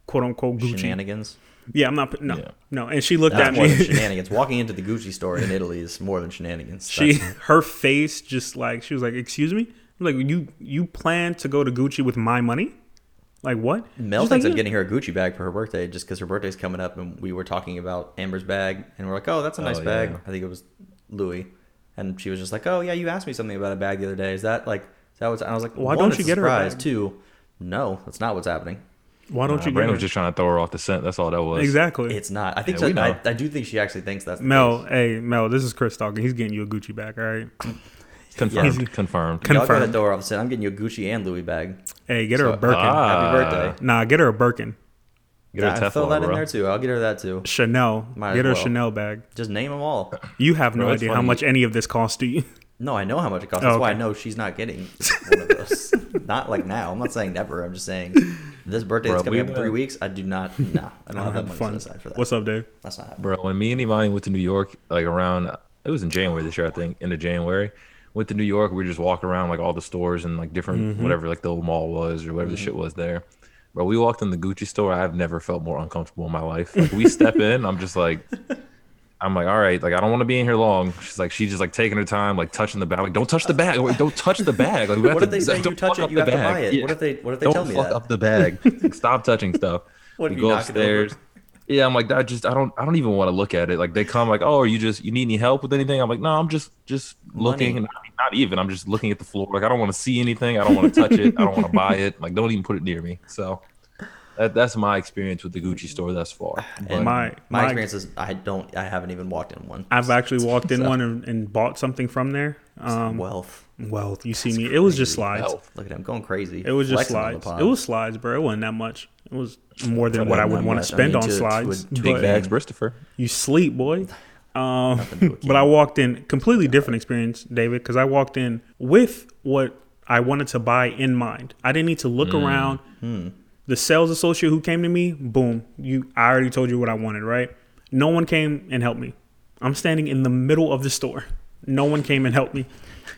Speaker 2: quote unquote Gucci."
Speaker 1: Shenanigans.
Speaker 2: Yeah, I'm not. No,
Speaker 3: Yeah.
Speaker 2: no. And she looked
Speaker 1: That's
Speaker 2: at
Speaker 1: more than
Speaker 2: me.
Speaker 1: shenanigans. Walking into the Gucci store in Italy is more than shenanigans.
Speaker 2: She
Speaker 1: That's-
Speaker 2: her face just like she was like, "Excuse me." I'm like you you plan to go to Gucci with my money? Like what?
Speaker 1: Mel
Speaker 2: She's
Speaker 1: thinks
Speaker 2: like,
Speaker 1: I'm
Speaker 2: "Yeah."
Speaker 1: getting her a Gucci bag for her birthday just because her birthday's coming up, and we were talking about Amber's bag, and we're like, "Oh, that's a nice
Speaker 3: yeah.
Speaker 1: bag." I think it was Louis, and she was just like, "Oh yeah, you asked me something about a bag the other day. Is that like is that was?" And I was like,
Speaker 2: Why
Speaker 1: one,
Speaker 2: don't
Speaker 1: it's
Speaker 2: you
Speaker 1: a
Speaker 2: get her a
Speaker 1: surprise.
Speaker 2: bag?
Speaker 1: Two, no, that's not what's happening.
Speaker 2: Why don't
Speaker 3: Nah,
Speaker 2: you get
Speaker 3: Brandon was
Speaker 2: her?
Speaker 3: just trying to throw her off the scent. That's all that was.
Speaker 2: exactly?
Speaker 1: It's not. I think
Speaker 3: Yeah, we
Speaker 1: so, I,
Speaker 3: know.
Speaker 1: I do think she actually thinks that's the
Speaker 2: Mel,
Speaker 1: case.
Speaker 2: hey Mel, this is Chris talking. He's getting you a Gucci bag, all right?
Speaker 3: Confirmed.
Speaker 2: Yeah.
Speaker 3: Confirmed.
Speaker 1: Y'all go ahead
Speaker 2: Confirmed.
Speaker 1: and throw her off the scent. I'm getting you a Gucci and Louis bag.
Speaker 2: Hey, get her
Speaker 1: So-
Speaker 2: a Birkin.
Speaker 3: Ah.
Speaker 1: Happy birthday.
Speaker 2: nah, get her a Birkin.
Speaker 3: Get her a
Speaker 1: Nah,
Speaker 3: Teflon,
Speaker 1: throw that in
Speaker 3: bro.
Speaker 1: there too. I'll get her that too.
Speaker 2: Chanel.
Speaker 1: Might as
Speaker 2: get her
Speaker 1: well.
Speaker 2: a Chanel bag.
Speaker 1: Just name them all.
Speaker 2: You have no
Speaker 3: Bro, it's
Speaker 2: idea how
Speaker 3: funny.
Speaker 2: much any of this costs to you.
Speaker 1: No, I know how much it costs.
Speaker 2: Oh,
Speaker 1: That's why I
Speaker 2: okay.
Speaker 1: know she's not getting one of those. not like now. I'm not saying never. I'm just saying this birthday is
Speaker 3: Bro,
Speaker 1: coming
Speaker 3: we
Speaker 1: up in three
Speaker 3: were-
Speaker 1: weeks. I do not. Nah, I don't have that
Speaker 2: Have
Speaker 1: money set
Speaker 2: fun.
Speaker 1: aside for that.
Speaker 2: What's up, Dave?
Speaker 1: That's not happening.
Speaker 3: Bro, when me and Imani went to New York, like around, it was in January this year, I think, end of January. Went to New York, we were just walking around like all the stores and like different whatever like the old mall was or whatever the shit was there. Bro, we walked in the Gucci store. I've never felt more uncomfortable in my life. Like we step in, I'm just like, I'm like, all right, like I don't want to be in here long. She's like, she's just like taking her time, like touching the bag. Like, don't touch the bag. Like, don't touch the bag. Like, we have
Speaker 1: What if
Speaker 3: to-
Speaker 1: they say you
Speaker 3: don't
Speaker 1: touch
Speaker 3: fuck up
Speaker 1: it, you
Speaker 3: the
Speaker 1: have to
Speaker 3: bag.
Speaker 1: buy it?
Speaker 3: Yeah.
Speaker 1: What if they? What if they
Speaker 3: Don't
Speaker 1: tell me
Speaker 3: fuck
Speaker 1: that?
Speaker 3: up the bag. Like, Stop touching stuff.
Speaker 1: What,
Speaker 3: we
Speaker 1: if
Speaker 3: go
Speaker 1: you knock it over?
Speaker 3: upstairs. Yeah, I'm like, I just, I don't, I don't even want to look at it. Like they come, like, oh, are you just, you need any help with anything? I'm like, no, I'm just, just looking,
Speaker 1: Money.
Speaker 3: and not, not even. I'm just looking at the floor. Like I don't want to see anything. I don't want to touch it. I don't want to buy it. Like don't even put it near me. So that, that's my experience with the Gucci store thus far. But
Speaker 2: my
Speaker 1: My,
Speaker 2: my
Speaker 1: experience is I don't. I haven't even walked in one.
Speaker 2: I've actually walked in one and, and bought something from there. Um,
Speaker 1: Wealth.
Speaker 2: well, you see me. It was just slides.
Speaker 3: hell,
Speaker 1: Look at him going crazy.
Speaker 2: It was just
Speaker 1: Flexing on the
Speaker 2: slides.
Speaker 1: pod.
Speaker 2: It was slides, bro. It wasn't that much. It was more than
Speaker 1: Probably
Speaker 2: what I
Speaker 1: not
Speaker 2: would want to
Speaker 1: much. I
Speaker 2: spend
Speaker 1: mean,
Speaker 2: on
Speaker 1: to- to a-
Speaker 2: slides.
Speaker 1: to a
Speaker 2: but-
Speaker 3: big bags,
Speaker 1: man.
Speaker 3: Christopher.
Speaker 2: You sleep, boy. Um,
Speaker 1: do with
Speaker 2: but I walked in completely different experience, David, because I walked in with what I wanted to buy in mind. I didn't need to look
Speaker 1: Mm.
Speaker 2: around.
Speaker 1: Hmm.
Speaker 2: The sales associate who came to me, boom, you. I already told you what I wanted, right? No one came and helped me. I'm standing in the middle of the store. No one came and helped me.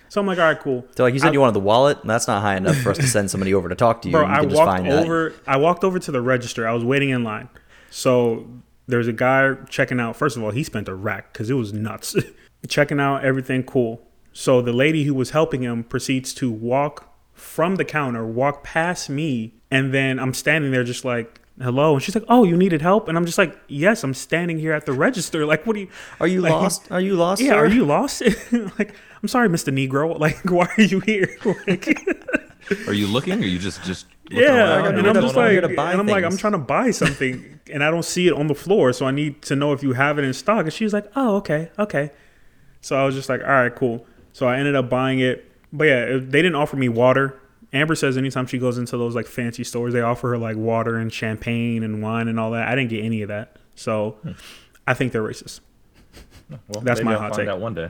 Speaker 2: So I'm like, all right, cool.
Speaker 1: So like you said,
Speaker 2: I-
Speaker 1: you wanted the wallet, and that's not high enough for us to send somebody over to talk to you.
Speaker 2: Bro,
Speaker 1: and you
Speaker 2: I
Speaker 1: can just
Speaker 2: walked
Speaker 1: find that.
Speaker 2: over. I walked over to the register. I was waiting in line. So there's a guy checking out. First of all, he spent a rack because it was nuts. checking out everything cool. So the lady who was helping him proceeds to walk from the counter, walk past me, and then I'm standing there just like. Hello, and she's like, "Oh, you needed help," and I'm just like, "Yes, I'm standing here at the register. Like, what do you?
Speaker 1: Are you
Speaker 2: like,
Speaker 1: lost? Are you lost?
Speaker 2: Yeah,
Speaker 1: sir?
Speaker 2: are you lost? like, I'm sorry, Mister Negro. Like, why are you here? Like,
Speaker 3: Are you looking? Or you just, just? looking
Speaker 2: yeah,
Speaker 3: around?
Speaker 2: and
Speaker 1: mean,
Speaker 2: I'm
Speaker 3: What's
Speaker 2: just
Speaker 3: going on?
Speaker 1: here
Speaker 2: like,
Speaker 1: to
Speaker 2: and
Speaker 1: buy
Speaker 2: I'm like, I'm
Speaker 1: things.
Speaker 2: trying to buy something, and I don't see it on the floor, so I need to know if you have it in stock. And she's like, oh, okay, okay. So I was just like, all right, cool. So I ended up buying it, but yeah, it- they didn't offer me water. Amber says anytime she goes into those like fancy stores, they offer her like water and champagne and wine and all that. I didn't get any of that, so
Speaker 1: Hmm.
Speaker 2: I think they're racist.
Speaker 3: Well,
Speaker 2: That's
Speaker 3: maybe
Speaker 2: my
Speaker 3: I'll
Speaker 2: hot take.
Speaker 3: find out one day.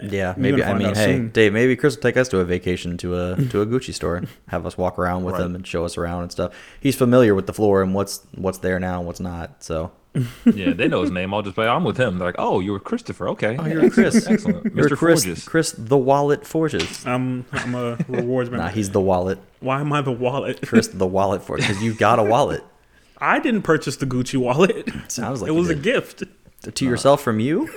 Speaker 1: Yeah, maybe.
Speaker 2: gonna
Speaker 1: I
Speaker 2: find
Speaker 1: mean,
Speaker 2: out
Speaker 1: hey,
Speaker 2: soon.
Speaker 1: Dave, maybe Chris will take us to a vacation to a to a Gucci store, have us walk around with
Speaker 3: Right.
Speaker 1: him and show us around and stuff. He's familiar with the floor and what's what's there now and what's not. So,
Speaker 3: Yeah, they know his name. I'll just play. I'm with him. They're like, oh, you were Christopher. Okay.
Speaker 1: oh, you're Chris.
Speaker 3: Excellent.
Speaker 1: You're
Speaker 3: Mr.
Speaker 1: Chris.
Speaker 3: Forges.
Speaker 1: Chris the Wallet Forges.
Speaker 2: I'm I'm a rewards member.
Speaker 1: Nah, he's the wallet.
Speaker 2: Why am I the wallet?
Speaker 1: Chris the Wallet Forges. Because you've got a wallet.
Speaker 2: I didn't purchase the Gucci wallet.
Speaker 1: Sounds like
Speaker 2: it
Speaker 1: you
Speaker 2: was a
Speaker 1: did.
Speaker 2: gift.
Speaker 1: to yourself from you.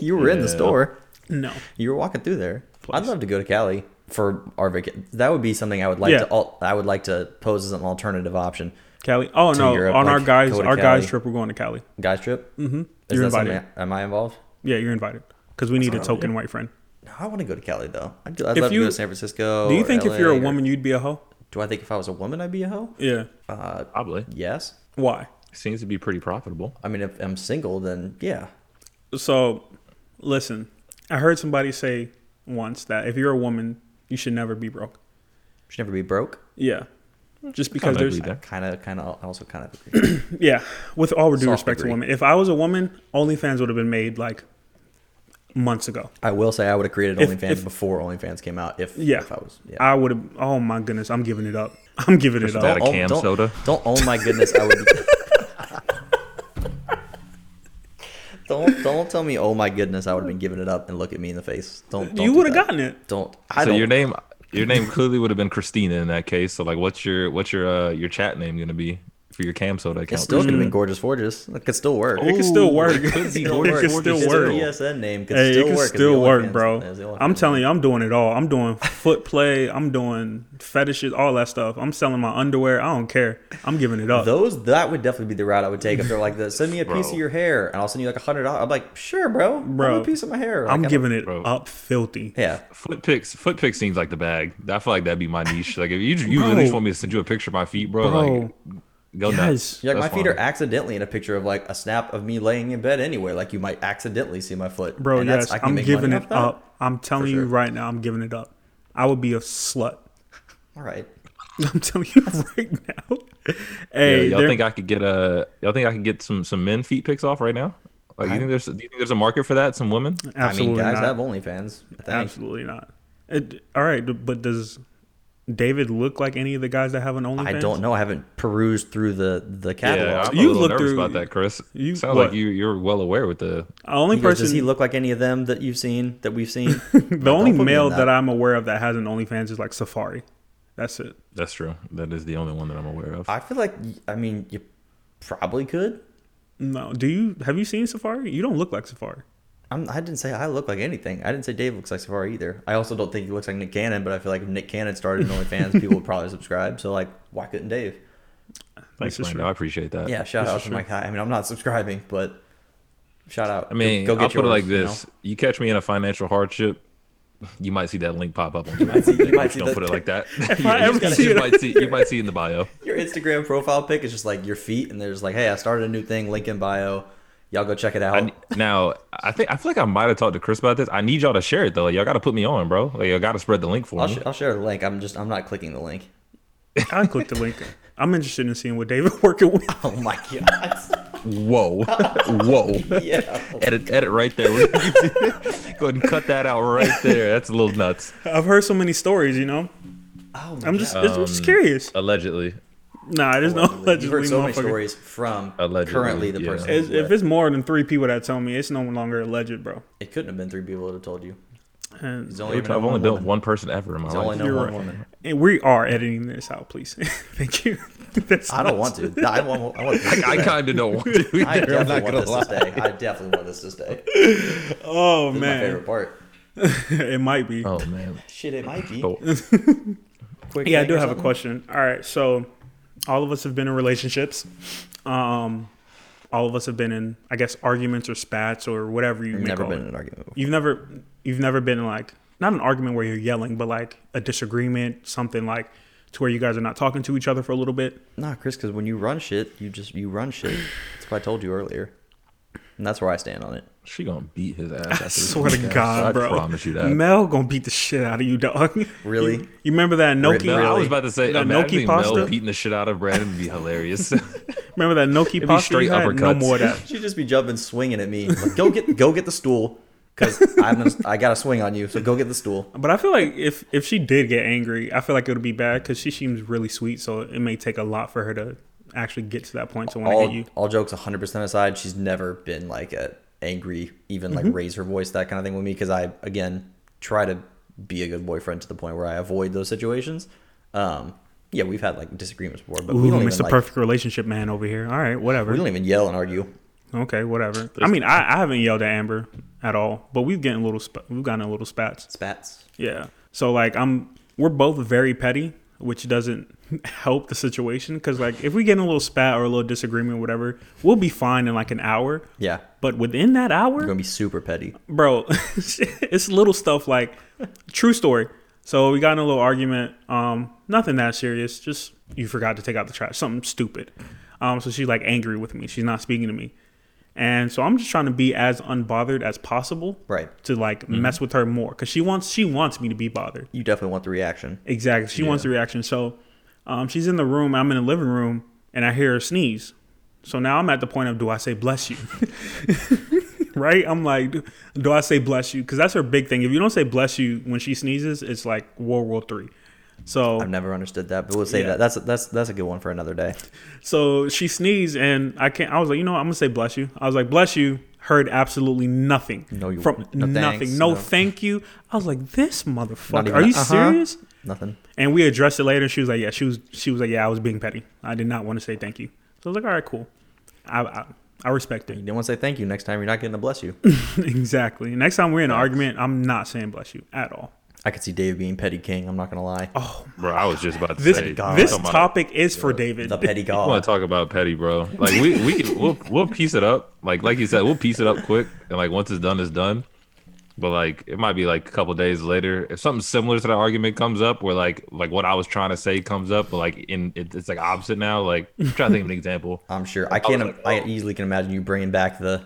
Speaker 1: you were in the
Speaker 3: Yeah.
Speaker 1: store.
Speaker 2: No.
Speaker 1: You were walking through there. I'd
Speaker 2: Place.
Speaker 1: love to go to Cali for our vacation. That would be something I would like
Speaker 2: Yeah.
Speaker 1: to. Al- I would like to pose as an alternative option.
Speaker 2: Cali. Oh
Speaker 1: To
Speaker 2: no,
Speaker 1: Europe,
Speaker 2: on our
Speaker 1: like,
Speaker 2: guys
Speaker 1: go to
Speaker 2: our guys
Speaker 1: Cali.
Speaker 2: trip we're going to Cali.
Speaker 1: Guys trip. Mm-hmm. Is
Speaker 2: You're
Speaker 1: that something?
Speaker 2: invited.
Speaker 1: Am I involved?
Speaker 2: Yeah, you're invited because we need
Speaker 1: not
Speaker 2: a
Speaker 1: really-
Speaker 2: token white friend.
Speaker 1: No, I want to go to Cali though. I'd, I'd
Speaker 2: If
Speaker 1: love
Speaker 2: you-
Speaker 1: to go to San Francisco.
Speaker 2: Do you
Speaker 1: or
Speaker 2: think
Speaker 1: LA
Speaker 2: if you're a
Speaker 1: or-
Speaker 2: woman, you'd be a hoe?
Speaker 1: do I think if I was a woman, I'd be a hoe?
Speaker 2: Yeah.
Speaker 1: Uh,
Speaker 3: Probably
Speaker 1: yes.
Speaker 2: Why?
Speaker 3: seems to be pretty profitable.
Speaker 1: I mean, if I'm single, then yeah.
Speaker 2: So, listen, I heard somebody say once that if you're a woman, you should never be broke.
Speaker 1: Should never be broke.
Speaker 2: Yeah. Just because
Speaker 3: Kinda
Speaker 2: there's
Speaker 3: agree there.
Speaker 1: Kind of, kind of. I also kind of agree.
Speaker 2: yeah, with all due
Speaker 1: Soft
Speaker 2: respect
Speaker 1: agree.
Speaker 2: to women, if I was a woman, OnlyFans would have been made like months ago.
Speaker 1: I will say I would have created
Speaker 2: If-
Speaker 1: OnlyFans
Speaker 2: if-
Speaker 1: before OnlyFans came out. If
Speaker 2: Yeah.
Speaker 1: if I was yeah.
Speaker 2: I would have. Oh my goodness, I'm giving it up. I'm giving it
Speaker 3: Is
Speaker 2: up.
Speaker 3: that a cam
Speaker 1: don't,
Speaker 3: soda?
Speaker 1: Don't. Oh my goodness, I would. don't don't tell me. Oh my goodness, I would have been giving it up and look at me in the face. Don't. don't
Speaker 2: You
Speaker 1: do
Speaker 2: would have
Speaker 1: that.
Speaker 2: gotten it.
Speaker 1: Don't. I
Speaker 3: so
Speaker 1: don't.
Speaker 3: your name, your name clearly would have been Christina in that case. So like, what's your what's your uh your chat name gonna be for your cam soda account?
Speaker 1: It still could have been gorgeous forges. It could still work.
Speaker 2: Mm. Oh, It could still work.
Speaker 3: It could be
Speaker 2: It
Speaker 3: gorgeous
Speaker 2: could still
Speaker 3: forges.
Speaker 1: Just
Speaker 2: work.
Speaker 1: The ESN name could
Speaker 2: Hey,
Speaker 1: still
Speaker 2: it can
Speaker 1: work. as
Speaker 2: still
Speaker 1: the
Speaker 2: work,
Speaker 1: OnlyFans-
Speaker 2: bro.
Speaker 1: as the OnlyFans
Speaker 2: I'm
Speaker 1: name.
Speaker 2: telling you, I'm doing it all. I'm doing foot play. I'm doing fetishes, all that stuff. I'm selling my underwear. I don't care. I'm giving it up.
Speaker 1: Those that would definitely be the route I would take if they're like, the, "Send me a piece of
Speaker 3: Bro.
Speaker 1: your hair, and I'll send you like a hundred dollars." I'm like, "Sure, bro, bro,
Speaker 2: Bro.
Speaker 1: a piece of my hair." Like,
Speaker 2: I'm
Speaker 1: I don't-
Speaker 2: giving it
Speaker 3: Bro.
Speaker 2: up filthy.
Speaker 1: Yeah,
Speaker 3: Foot picks, foot picks seems like the bag. I feel like that'd be my niche. Like if you you
Speaker 2: Bro.
Speaker 3: really just want me to send you a picture of my feet, bro,
Speaker 2: Bro.
Speaker 3: like go
Speaker 2: Yes.
Speaker 3: nuts.
Speaker 1: You're like
Speaker 3: That's
Speaker 1: my feet are
Speaker 3: fine.
Speaker 1: accidentally in a picture of like a snap of me laying in bed anywhere. Like you might accidentally see my foot,
Speaker 2: Bro,
Speaker 1: And that's-
Speaker 2: yes,
Speaker 1: I can
Speaker 2: I'm
Speaker 1: make money
Speaker 2: giving
Speaker 1: off
Speaker 2: it
Speaker 1: that.
Speaker 2: up. I'm telling you
Speaker 1: sure.
Speaker 2: right now, I'm giving it up. I would be a slut.
Speaker 1: All right,
Speaker 2: I'm telling you right now.
Speaker 3: Yeah,
Speaker 2: Hey,
Speaker 3: y'all
Speaker 2: there-
Speaker 3: think I could get a y'all think I could get some some men feet pics off right now? Like you think there's do you think there's a market for that? Some women?
Speaker 1: I
Speaker 2: absolutely
Speaker 1: mean, guys have
Speaker 2: not.
Speaker 1: OnlyFans. I think.
Speaker 2: absolutely not. It, all right, but does David look like any of the guys that have an OnlyFans?
Speaker 1: I don't know. I haven't perused through the the
Speaker 3: Yeah,
Speaker 1: catalog.
Speaker 3: I'm
Speaker 2: You
Speaker 3: a little
Speaker 2: look
Speaker 3: nervous
Speaker 2: through-
Speaker 3: about that, Chris.
Speaker 2: you-
Speaker 3: You sound
Speaker 2: what?
Speaker 3: like you you're well aware with the
Speaker 2: The only
Speaker 1: He goes,
Speaker 2: person,
Speaker 1: Does he look like any of them that you've seen that we've seen?
Speaker 2: the only male that. I'm aware of that has an OnlyFans is like Safari. That's it.
Speaker 3: that's true. That is the only one that I'm aware of.
Speaker 1: I feel like I mean you probably could.
Speaker 2: No, do you have you seen Safari? You don't look like Safari.
Speaker 1: I'm, I didn't say I look like anything. I didn't say Dave looks like Safari either. I also don't think he looks like Nick Cannon, but I feel like if Nick Cannon started an OnlyFans, people would probably subscribe. So like, why couldn't Dave?
Speaker 3: Thanks,
Speaker 2: this is
Speaker 3: Brando. I appreciate that.
Speaker 1: Yeah, shout out to my guy. I mean, I'm not subscribing, but shout out.
Speaker 3: I mean,
Speaker 1: go, go get
Speaker 3: I'll put it
Speaker 1: yours,
Speaker 3: like
Speaker 1: you know?
Speaker 3: this: you, catch me in a financial hardship, you might see that link pop up. On you
Speaker 1: might see- you might see
Speaker 3: Don't
Speaker 1: that
Speaker 3: put it like that.
Speaker 2: I
Speaker 3: you,
Speaker 2: ever
Speaker 3: just-
Speaker 2: see
Speaker 3: you
Speaker 2: it-
Speaker 3: might see you might see it in the bio.
Speaker 1: Your Instagram profile pic is just like your feet, and there's like, hey, I started a new thing, link in bio. Y'all go check it out.
Speaker 3: I, ne- now, I think I feel like I might have talked to Chris about this. I need y'all to share it though. Like, y'all got to put me on, bro. Like, y'all got to spread the link for
Speaker 1: I'll,
Speaker 3: me.
Speaker 1: sh- I'll share the link. I'm just I'm not clicking the link.
Speaker 2: I clicked the link. I'm interested in seeing what David working with.
Speaker 1: Oh my god.
Speaker 3: Whoa, whoa.
Speaker 1: yeah.
Speaker 3: edit, edit right there. Go ahead and cut that out right there. That's a little nuts.
Speaker 2: I've heard so many stories, you know.
Speaker 1: Oh my
Speaker 2: I'm
Speaker 1: god.
Speaker 2: just, it's- I'm just curious.
Speaker 3: Allegedly,
Speaker 2: Nah, there's no
Speaker 1: You've
Speaker 2: allegedly
Speaker 1: heard so many
Speaker 2: motherfucker.
Speaker 1: stories from
Speaker 3: Allegedly,
Speaker 1: currently the
Speaker 3: yeah.
Speaker 1: person.
Speaker 2: It's-
Speaker 1: who's
Speaker 2: If
Speaker 1: with.
Speaker 2: it's more than three people that tell me, it's no longer alleged, bro.
Speaker 1: it couldn't have been three people that have told you.
Speaker 2: And,
Speaker 1: It's only
Speaker 3: I've
Speaker 1: been
Speaker 3: only
Speaker 1: one
Speaker 3: been with
Speaker 1: woman.
Speaker 3: one person ever in my
Speaker 1: It's
Speaker 3: life.
Speaker 1: only known
Speaker 2: You're
Speaker 1: one
Speaker 2: right.
Speaker 1: woman.
Speaker 2: and we are editing this out, please. Thank you. That's
Speaker 1: I don't
Speaker 2: nuts.
Speaker 1: want to. I want. I want. This
Speaker 3: I
Speaker 1: to
Speaker 3: kind of don't want to.
Speaker 1: I
Speaker 3: either.
Speaker 1: definitely
Speaker 3: I'm not
Speaker 1: want
Speaker 3: gonna
Speaker 1: this
Speaker 3: lie.
Speaker 1: to stay. I definitely want this to stay.
Speaker 2: Oh
Speaker 1: This is my favorite
Speaker 2: man,
Speaker 1: part.
Speaker 2: it might be.
Speaker 3: Oh man.
Speaker 1: Shit, it might be.
Speaker 3: So-
Speaker 1: Quick
Speaker 2: Yeah, I
Speaker 1: thing
Speaker 2: do
Speaker 1: or
Speaker 2: have a
Speaker 1: something?
Speaker 2: question. All right, so all of us have been in relationships. Um, all of us have been in, I guess, arguments or spats or whatever you may
Speaker 1: Never
Speaker 2: call
Speaker 1: been in
Speaker 2: it.
Speaker 1: an argument. before.
Speaker 2: You've never, you've never been in like not an argument where you're yelling, but like a disagreement, something like to where you guys are not talking to each other for a little bit.
Speaker 1: Nah, Chris, because when you run shit, you just you run shit. That's what I told you earlier, and that's where I stand on it.
Speaker 3: She gonna beat his ass.
Speaker 2: I
Speaker 3: after this
Speaker 2: swear to
Speaker 3: podcast.
Speaker 2: God, bro.
Speaker 3: I promise you that.
Speaker 2: Mel gonna beat the shit out of you, dog.
Speaker 1: Really?
Speaker 2: You, you remember that Noki?
Speaker 1: Mel,
Speaker 3: I was
Speaker 1: Really?
Speaker 3: about to say,
Speaker 2: That gnocchi
Speaker 3: imagining Mel
Speaker 2: pasta?
Speaker 3: beating the shit out of Brandon would be hilarious.
Speaker 2: Remember that Noki
Speaker 3: be
Speaker 2: pasta?
Speaker 3: straight
Speaker 2: you had? No
Speaker 3: uppercuts.
Speaker 2: more of that.
Speaker 1: She just be jumping, swinging at me. Like, go get go get the stool, because I'm gonna, I got to swing on you. So go get the stool.
Speaker 2: But I feel like if if she did get angry, I feel like it would be bad because she seems really sweet. So it may take a lot for her to actually get to that point to want to hit
Speaker 1: All
Speaker 2: you.
Speaker 1: all jokes 100 percent aside, she's never been like a angry, even
Speaker 2: Mm-hmm.
Speaker 1: like raise her voice that kind of thing with me. Because I again try to be a good boyfriend to the point where I avoid those situations. Um, yeah, we've had like disagreements before, but we
Speaker 2: Ooh,
Speaker 1: don't even
Speaker 2: Mr.
Speaker 1: like,
Speaker 2: Perfect Relationship Man over here. All right, whatever.
Speaker 1: we don't even yell and argue.
Speaker 2: Okay, whatever. I mean, I, I haven't yelled at Amber at all, but we've getting little sp- we've gotten in little spats.
Speaker 1: Spats.
Speaker 2: Yeah. So like I'm we're both very petty, which doesn't help the situation cuz like if we get in a little spat or a little disagreement or whatever, we'll be fine in like an hour.
Speaker 1: Yeah.
Speaker 2: But within that
Speaker 1: We're
Speaker 2: hour,
Speaker 1: gonna be super petty.
Speaker 2: bro, it's little stuff like true story. So we got in a little argument, um nothing that serious, just you forgot to take out the trash, something stupid. Um so she's like angry with me. She's not speaking to me. And so I'm just trying to be as unbothered as possible
Speaker 1: Right.
Speaker 2: to like mess with her more cuz she wants she wants me to be bothered.
Speaker 1: You definitely want the reaction.
Speaker 2: Exactly. She wants the reaction. So um, she's in the room. I'm in the living room, and I hear her sneeze. So now I'm at the point of do I say bless you? right? I'm like, do, do I say bless you? Because that's her big thing. If you don't say bless you when she sneezes, it's like World War Three. So
Speaker 1: I've never understood that, but we'll say
Speaker 2: Yeah.
Speaker 1: that. That's that's that's a good one for another day.
Speaker 2: so she sneezed, and I can't. I was like, you know, what? I'm gonna say bless you. I was like, bless you. Heard absolutely nothing.
Speaker 1: No, you-
Speaker 2: from
Speaker 1: no
Speaker 2: nothing.
Speaker 1: thanks,
Speaker 2: no,
Speaker 1: no.
Speaker 2: thank you. I was like, this motherfucker.
Speaker 1: even
Speaker 2: Are
Speaker 1: a-
Speaker 2: you
Speaker 1: uh-huh.
Speaker 2: serious?
Speaker 1: Nothing.
Speaker 2: And we addressed it later. And she was like, "Yeah, she was. She was like, yeah, I was being petty. I did not want to say thank you." So I was like, "All right, cool. I I, I respect
Speaker 1: You
Speaker 2: it
Speaker 1: didn't want to say thank you. Next time, you're not getting a bless you.
Speaker 2: exactly." Next time we're in an argument, I'm not saying bless you at all.
Speaker 1: I could see Dave being petty king. I'm not gonna lie.
Speaker 2: Oh,
Speaker 3: bro. I was just about to
Speaker 2: This
Speaker 3: say
Speaker 1: God.
Speaker 2: this
Speaker 3: talking about-
Speaker 2: topic is for David.
Speaker 1: The petty
Speaker 3: I want
Speaker 1: god.
Speaker 3: to talk about petty, bro. Like we we can- we'll we'll piece it up. Like like you said, we'll piece it up quick, and like once it's done, it's done. But like it might be like a couple days later, if something similar to that argument comes up, where like like what I was trying to say comes up, but like in it, it's like opposite now. Like I'm trying to think of an example.
Speaker 1: I'm sure. I can't.
Speaker 3: like, oh.
Speaker 1: I easily can imagine you bringing back the.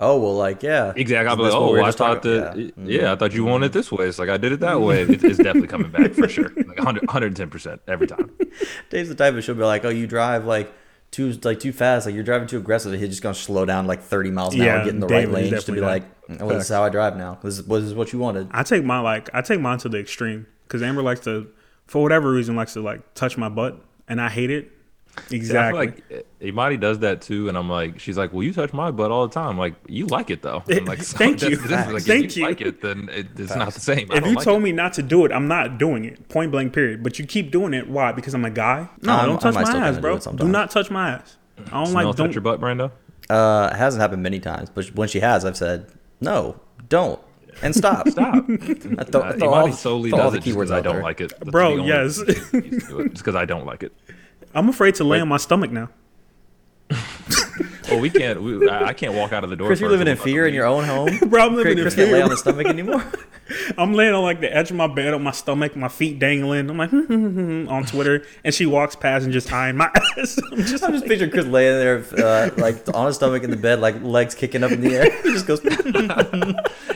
Speaker 1: Oh well, like yeah.
Speaker 3: Exactly.
Speaker 1: Isn't
Speaker 3: I'm like,
Speaker 1: this what we
Speaker 3: oh,
Speaker 1: were
Speaker 3: I
Speaker 1: just
Speaker 3: thought
Speaker 1: talking-
Speaker 3: that.
Speaker 1: yeah. Mm-hmm.
Speaker 3: Yeah. I thought you wanted it this way. It's like I did it that way. It, it's definitely coming back for sure. Like 100, 110% every time.
Speaker 1: Dave's the type of she'll be like, oh, you drive like too like too fast, like you're driving too aggressive. He's just gonna slow down like 30 miles an hour,
Speaker 2: Yeah,
Speaker 1: and get in the
Speaker 2: Dave is
Speaker 1: right lane, just to be like,
Speaker 2: definitely
Speaker 1: well, this is how I drive now. This is, this is what you wanted.
Speaker 2: I take my like I take mine to the extreme because Amber likes to, for whatever reason, likes to like touch my butt, and I hate it.
Speaker 3: Yeah,
Speaker 2: Exactly.
Speaker 3: I feel like I- Imani does that too, and I'm like, she's like, "Well, you touch my butt all the time. Like, you like it though." I'm like, so
Speaker 2: Thank you.
Speaker 3: that's- this is like,
Speaker 2: Thank
Speaker 3: if
Speaker 2: you.
Speaker 3: you. Like it, then it, it's not the same. I
Speaker 2: if
Speaker 3: don't
Speaker 2: you
Speaker 3: like
Speaker 2: told
Speaker 3: it.
Speaker 2: me not to do it, I'm not doing it. Point blank, period. But you keep doing it. Why? Because I'm a guy. No,
Speaker 1: I'm-
Speaker 2: don't
Speaker 1: I
Speaker 2: touch
Speaker 1: might
Speaker 2: my
Speaker 1: still kinda
Speaker 2: ass,
Speaker 1: do
Speaker 2: bro.
Speaker 1: it
Speaker 2: Do,
Speaker 1: sometimes.
Speaker 2: not touch my ass. I don't
Speaker 3: like,
Speaker 2: like
Speaker 3: don't touch your
Speaker 2: don't.
Speaker 3: butt, Brando.
Speaker 1: Uh, it hasn't happened many times, but when she has, I've said, no, don't, and stop.
Speaker 3: Stop.
Speaker 1: I throw-
Speaker 3: Uh,
Speaker 1: throw all-
Speaker 3: Imani solely
Speaker 1: throw all
Speaker 3: does
Speaker 1: the
Speaker 3: it just
Speaker 1: keywords
Speaker 3: because I
Speaker 1: out
Speaker 3: don't
Speaker 1: there.
Speaker 3: like it. That's
Speaker 2: Bro,
Speaker 3: the only
Speaker 2: yes.
Speaker 3: reason you do it. It's because I don't like it.
Speaker 2: I'm afraid to lay on my stomach now.
Speaker 3: Well, we can't. We, I, I can't walk out of the door.
Speaker 1: Chris, you're
Speaker 3: first
Speaker 1: living in
Speaker 3: without
Speaker 1: fear in
Speaker 3: leaving.
Speaker 1: your own home.
Speaker 2: Bro, I'm living in
Speaker 1: Chris can't lay
Speaker 2: fear.
Speaker 1: on the stomach anymore.
Speaker 2: I'm laying on like the edge of my bed on my stomach, my feet dangling. I'm like on Twitter, and she walks past and just eyeing my ass. I'm just,
Speaker 1: I'm just picturing Chris laying there, uh, like on his stomach in the bed, like legs kicking up in the air. He just goes.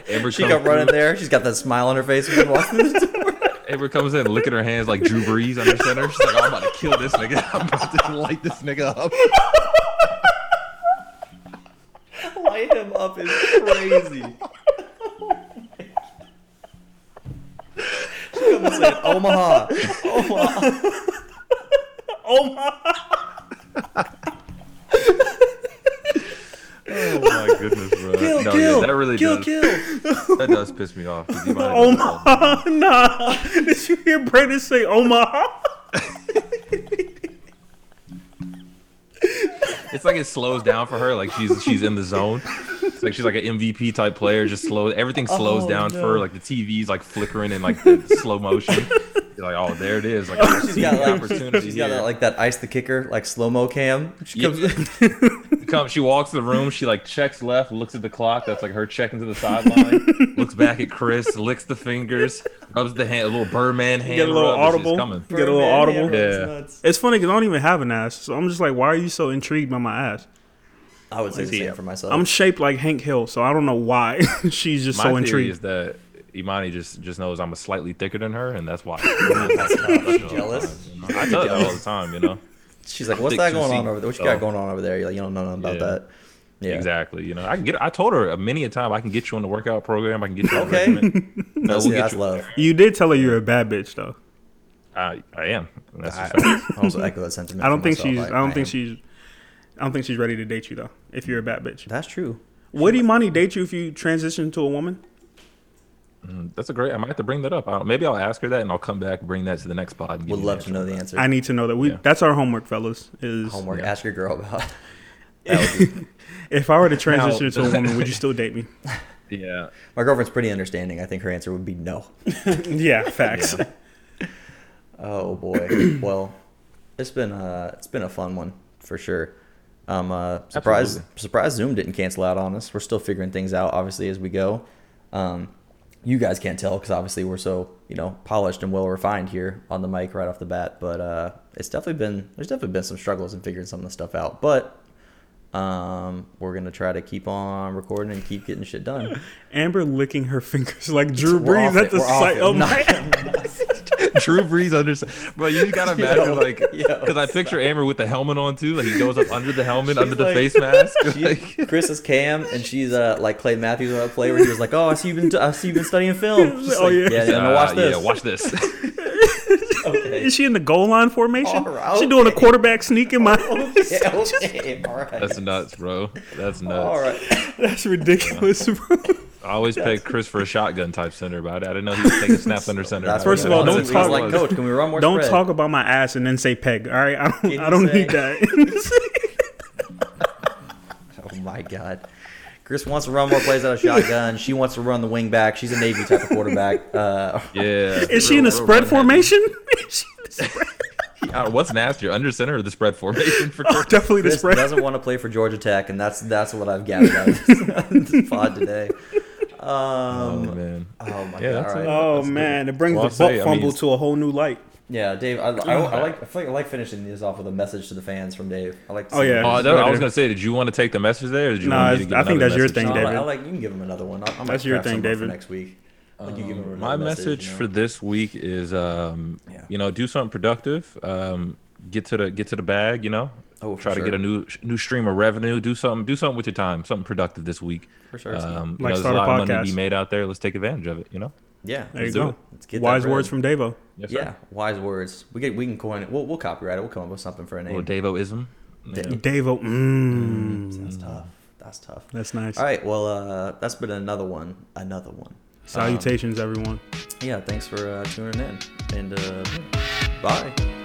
Speaker 3: Amber
Speaker 1: She
Speaker 3: comes
Speaker 1: got running
Speaker 3: through-
Speaker 1: there. She's got that smile on her face. when she walks through the door.
Speaker 3: Amber comes in, licking her hands like Drew Brees under center. She's like, "Oh, "I'm about to kill this nigga. I'm about to light this nigga up."
Speaker 1: Light him up is crazy. She comes in saying, Omaha. Omaha.
Speaker 2: oh my!
Speaker 3: Oh my goodness, bro.
Speaker 1: Kill,
Speaker 3: no,
Speaker 1: kill.
Speaker 3: yeah, that really
Speaker 1: kill,
Speaker 3: does.
Speaker 1: kill.
Speaker 3: That does piss me off. 'cause Imani
Speaker 2: Oh
Speaker 3: does all the time.
Speaker 2: my! Nah, did you hear Brandon say "Oh, Omaha?
Speaker 3: It's like it slows down for her. Like she's she's in the zone. It's like she's like an MVP type player. Just slow. Everything slows
Speaker 1: Oh,
Speaker 3: down
Speaker 1: no.
Speaker 3: for her. Like the TV's like flickering in like the slow motion. You're like, oh, there it is. Like I
Speaker 1: She's
Speaker 3: see
Speaker 1: got
Speaker 3: the
Speaker 1: like,
Speaker 3: opportunity
Speaker 1: she's
Speaker 3: here.
Speaker 1: got that, like that ice the kicker, like slow mo cam. She
Speaker 3: Yeah.
Speaker 1: comes
Speaker 3: Come, she walks in the room. She like checks left, looks at the clock. That's like her checking to the sideline. looks back at Chris, licks the fingers, rubs the hand, a little Birdman hand.
Speaker 2: Get a little
Speaker 3: rub as she's
Speaker 2: audible.
Speaker 3: coming.
Speaker 2: Get a little audible.
Speaker 3: Yeah.
Speaker 2: It's funny because I don't even have an ass, so I'm just like, why are you so intrigued by my ass?
Speaker 1: I would say the
Speaker 3: See,
Speaker 1: same for myself.
Speaker 2: I'm shaped like Hank Hill, so I don't know why she's just
Speaker 3: My
Speaker 2: so
Speaker 3: theory
Speaker 2: intrigued.
Speaker 3: is that Imani just just knows I'm a slightly thicker than her, and that's why.
Speaker 1: jealous.
Speaker 3: I tell her that all the time, you know.
Speaker 1: She's like, what's
Speaker 3: thick
Speaker 1: that
Speaker 3: too,
Speaker 1: going
Speaker 3: see?
Speaker 1: on over there? What you
Speaker 3: Oh.
Speaker 1: got going on over there? You're like, you don't know nothing about
Speaker 3: Yeah.
Speaker 1: that. Yeah.
Speaker 3: Exactly. You know, I can get. I told her many a time I can get you on the workout program. I can get you. On
Speaker 1: Okay.
Speaker 3: okay. No,
Speaker 1: That's,
Speaker 3: we'll get
Speaker 1: that's
Speaker 3: you-
Speaker 1: love.
Speaker 2: you did tell her you're a bad bitch, though.
Speaker 3: I, I am. That's just fact.
Speaker 1: I also echo that sentiment.
Speaker 2: I don't
Speaker 1: for
Speaker 2: think
Speaker 1: myself.
Speaker 2: she's. I don't
Speaker 1: am.
Speaker 2: think she's. I don't think she's ready to date you though. If you're a bad bitch,
Speaker 1: That's true.
Speaker 2: would Imani date you if you transitioned to a woman?
Speaker 3: That's a great. I might have to bring that up. I don't, maybe I'll ask her that, and I'll come back, bring that to the next pod. and give
Speaker 1: Would
Speaker 3: you an
Speaker 1: love
Speaker 3: answer.
Speaker 1: to know the answer.
Speaker 2: I need to know that. We
Speaker 3: Yeah.
Speaker 2: that's our homework, fellas. Is
Speaker 1: Homework. Ask your girl about. That was just-
Speaker 2: If I were to transition
Speaker 1: Now-
Speaker 2: into a woman, would you still date me?
Speaker 3: Yeah.
Speaker 1: my girlfriend's pretty understanding. I think her answer would be no.
Speaker 2: yeah, facts.
Speaker 1: Oh boy. well, it's been uh it's been a fun one for sure. Um uh surprised surprised Zoom didn't cancel out on us. We're still figuring things out obviously as we go. Um you guys can't tell cuz obviously we're so, you know, polished and well refined here on the mic right off the bat, but uh it's definitely been there's definitely been some struggles in figuring some of the stuff out, but um we're going to try to keep on recording and keep getting shit done.
Speaker 2: Amber licking her fingers like Drew
Speaker 1: We're off
Speaker 2: Brees
Speaker 1: it.
Speaker 2: at the Oh,
Speaker 1: We're off
Speaker 2: sight
Speaker 1: it.
Speaker 2: of
Speaker 1: No.
Speaker 2: my.
Speaker 3: Drew Brees understand, but you just gotta
Speaker 1: Yo,
Speaker 3: imagine like
Speaker 1: yo,
Speaker 3: because I picture Amber with the helmet on too. Like he goes up under the helmet, under the
Speaker 1: like-
Speaker 3: face mask.
Speaker 1: She-
Speaker 3: like,
Speaker 1: Chris is Cam, and she's uh, like Clay Matthews on that play where he was like, "Oh, I see you've been, I see you've been studying film." She's
Speaker 2: Oh,
Speaker 1: like,
Speaker 2: yeah.
Speaker 1: yeah, yeah, now
Speaker 3: uh,
Speaker 1: watch this.
Speaker 3: Yeah, watch this.
Speaker 1: Okay.
Speaker 2: Is she in the goal line formation?
Speaker 1: All right. Oh,
Speaker 2: She doing a quarterback sneak in my.
Speaker 1: Yeah, okay, all right.
Speaker 3: That's nuts, bro. That's nuts.
Speaker 1: All right.
Speaker 2: That's ridiculous, bro.
Speaker 3: I always picked Chris for a shotgun type center, but I didn't know he was taking snaps under center.
Speaker 1: That's
Speaker 2: First
Speaker 1: what
Speaker 2: of all,
Speaker 1: he
Speaker 2: don't
Speaker 1: was
Speaker 2: talk-
Speaker 1: like, "Coach, can we run more?"
Speaker 2: Don't
Speaker 1: spread?"
Speaker 2: talk about my ass and then say peg. All right, I
Speaker 1: you
Speaker 2: don't. I don't
Speaker 1: say-
Speaker 2: need that.
Speaker 1: Oh my god. Chris wants to run more plays out of shotgun. She wants to run the wing back. She's a Navy type of quarterback. Uh,
Speaker 3: Yeah.
Speaker 2: Is she in a spread formation? Is she in the spread-
Speaker 3: Uh, What's nastier, under center or the spread formation for Chris?
Speaker 2: Oh, Definitely the
Speaker 1: Chris
Speaker 2: spread.
Speaker 1: doesn't want to play for Georgia Tech, and that's that's what I've gathered out of this, this pod today. Um,
Speaker 3: Oh,
Speaker 1: oh,
Speaker 3: man.
Speaker 1: my
Speaker 3: Yeah,
Speaker 1: god!
Speaker 3: that's
Speaker 1: all right.
Speaker 3: it.
Speaker 2: Oh
Speaker 3: That's good.
Speaker 2: man, it brings
Speaker 3: Well,
Speaker 2: the
Speaker 3: I'll say,
Speaker 2: butt
Speaker 3: I mean-
Speaker 2: fumble to a whole new light.
Speaker 1: Yeah, Dave, I, I, I like I feel like I like finishing these off with a message to the fans from Dave. I like. To
Speaker 2: Oh,
Speaker 1: see-
Speaker 2: yeah.
Speaker 3: Oh,
Speaker 1: I,
Speaker 3: that- I was gonna say, did you want to take the message there? Or did you
Speaker 2: Nah,
Speaker 3: want me to
Speaker 2: it's-
Speaker 3: give
Speaker 2: I think
Speaker 3: another
Speaker 2: that's your
Speaker 3: message?
Speaker 2: thing,
Speaker 1: no, I,
Speaker 2: David.
Speaker 1: I like. You can give him another one. I, I might
Speaker 2: That's your
Speaker 1: craft
Speaker 2: thing,
Speaker 1: something for
Speaker 2: David.
Speaker 1: next week. Like you give him
Speaker 3: Um,
Speaker 1: another
Speaker 3: my message
Speaker 1: you know?
Speaker 3: for this week is um
Speaker 1: Yeah.
Speaker 3: you know do something productive um get to the get to the bag you know
Speaker 1: Oh, for
Speaker 3: try to get
Speaker 1: sure.
Speaker 3: a new new stream of revenue do something do something with your time something productive this week
Speaker 1: For sure.
Speaker 3: um you
Speaker 2: Like
Speaker 3: know, there's a
Speaker 2: start a
Speaker 3: lot of money to be
Speaker 2: podcast.
Speaker 3: made out there let's take advantage of it you know
Speaker 1: yeah.
Speaker 2: There you
Speaker 1: let's do
Speaker 2: go.
Speaker 1: it. Let's get that
Speaker 2: Wise
Speaker 1: bread.
Speaker 2: words from Devo.
Speaker 3: yes,
Speaker 1: yeah, wise words. We get we can coin it. We'll, we'll copyright it. We'll come up with something for a name.
Speaker 3: little Davoism yeah.
Speaker 2: Devo. Mm,
Speaker 1: That's tough. That's tough.
Speaker 2: that's nice.
Speaker 1: All right. Well, uh, that's been another one. Another one.
Speaker 2: Salutations, everyone.
Speaker 1: Yeah. Thanks for uh, tuning in. And uh, bye.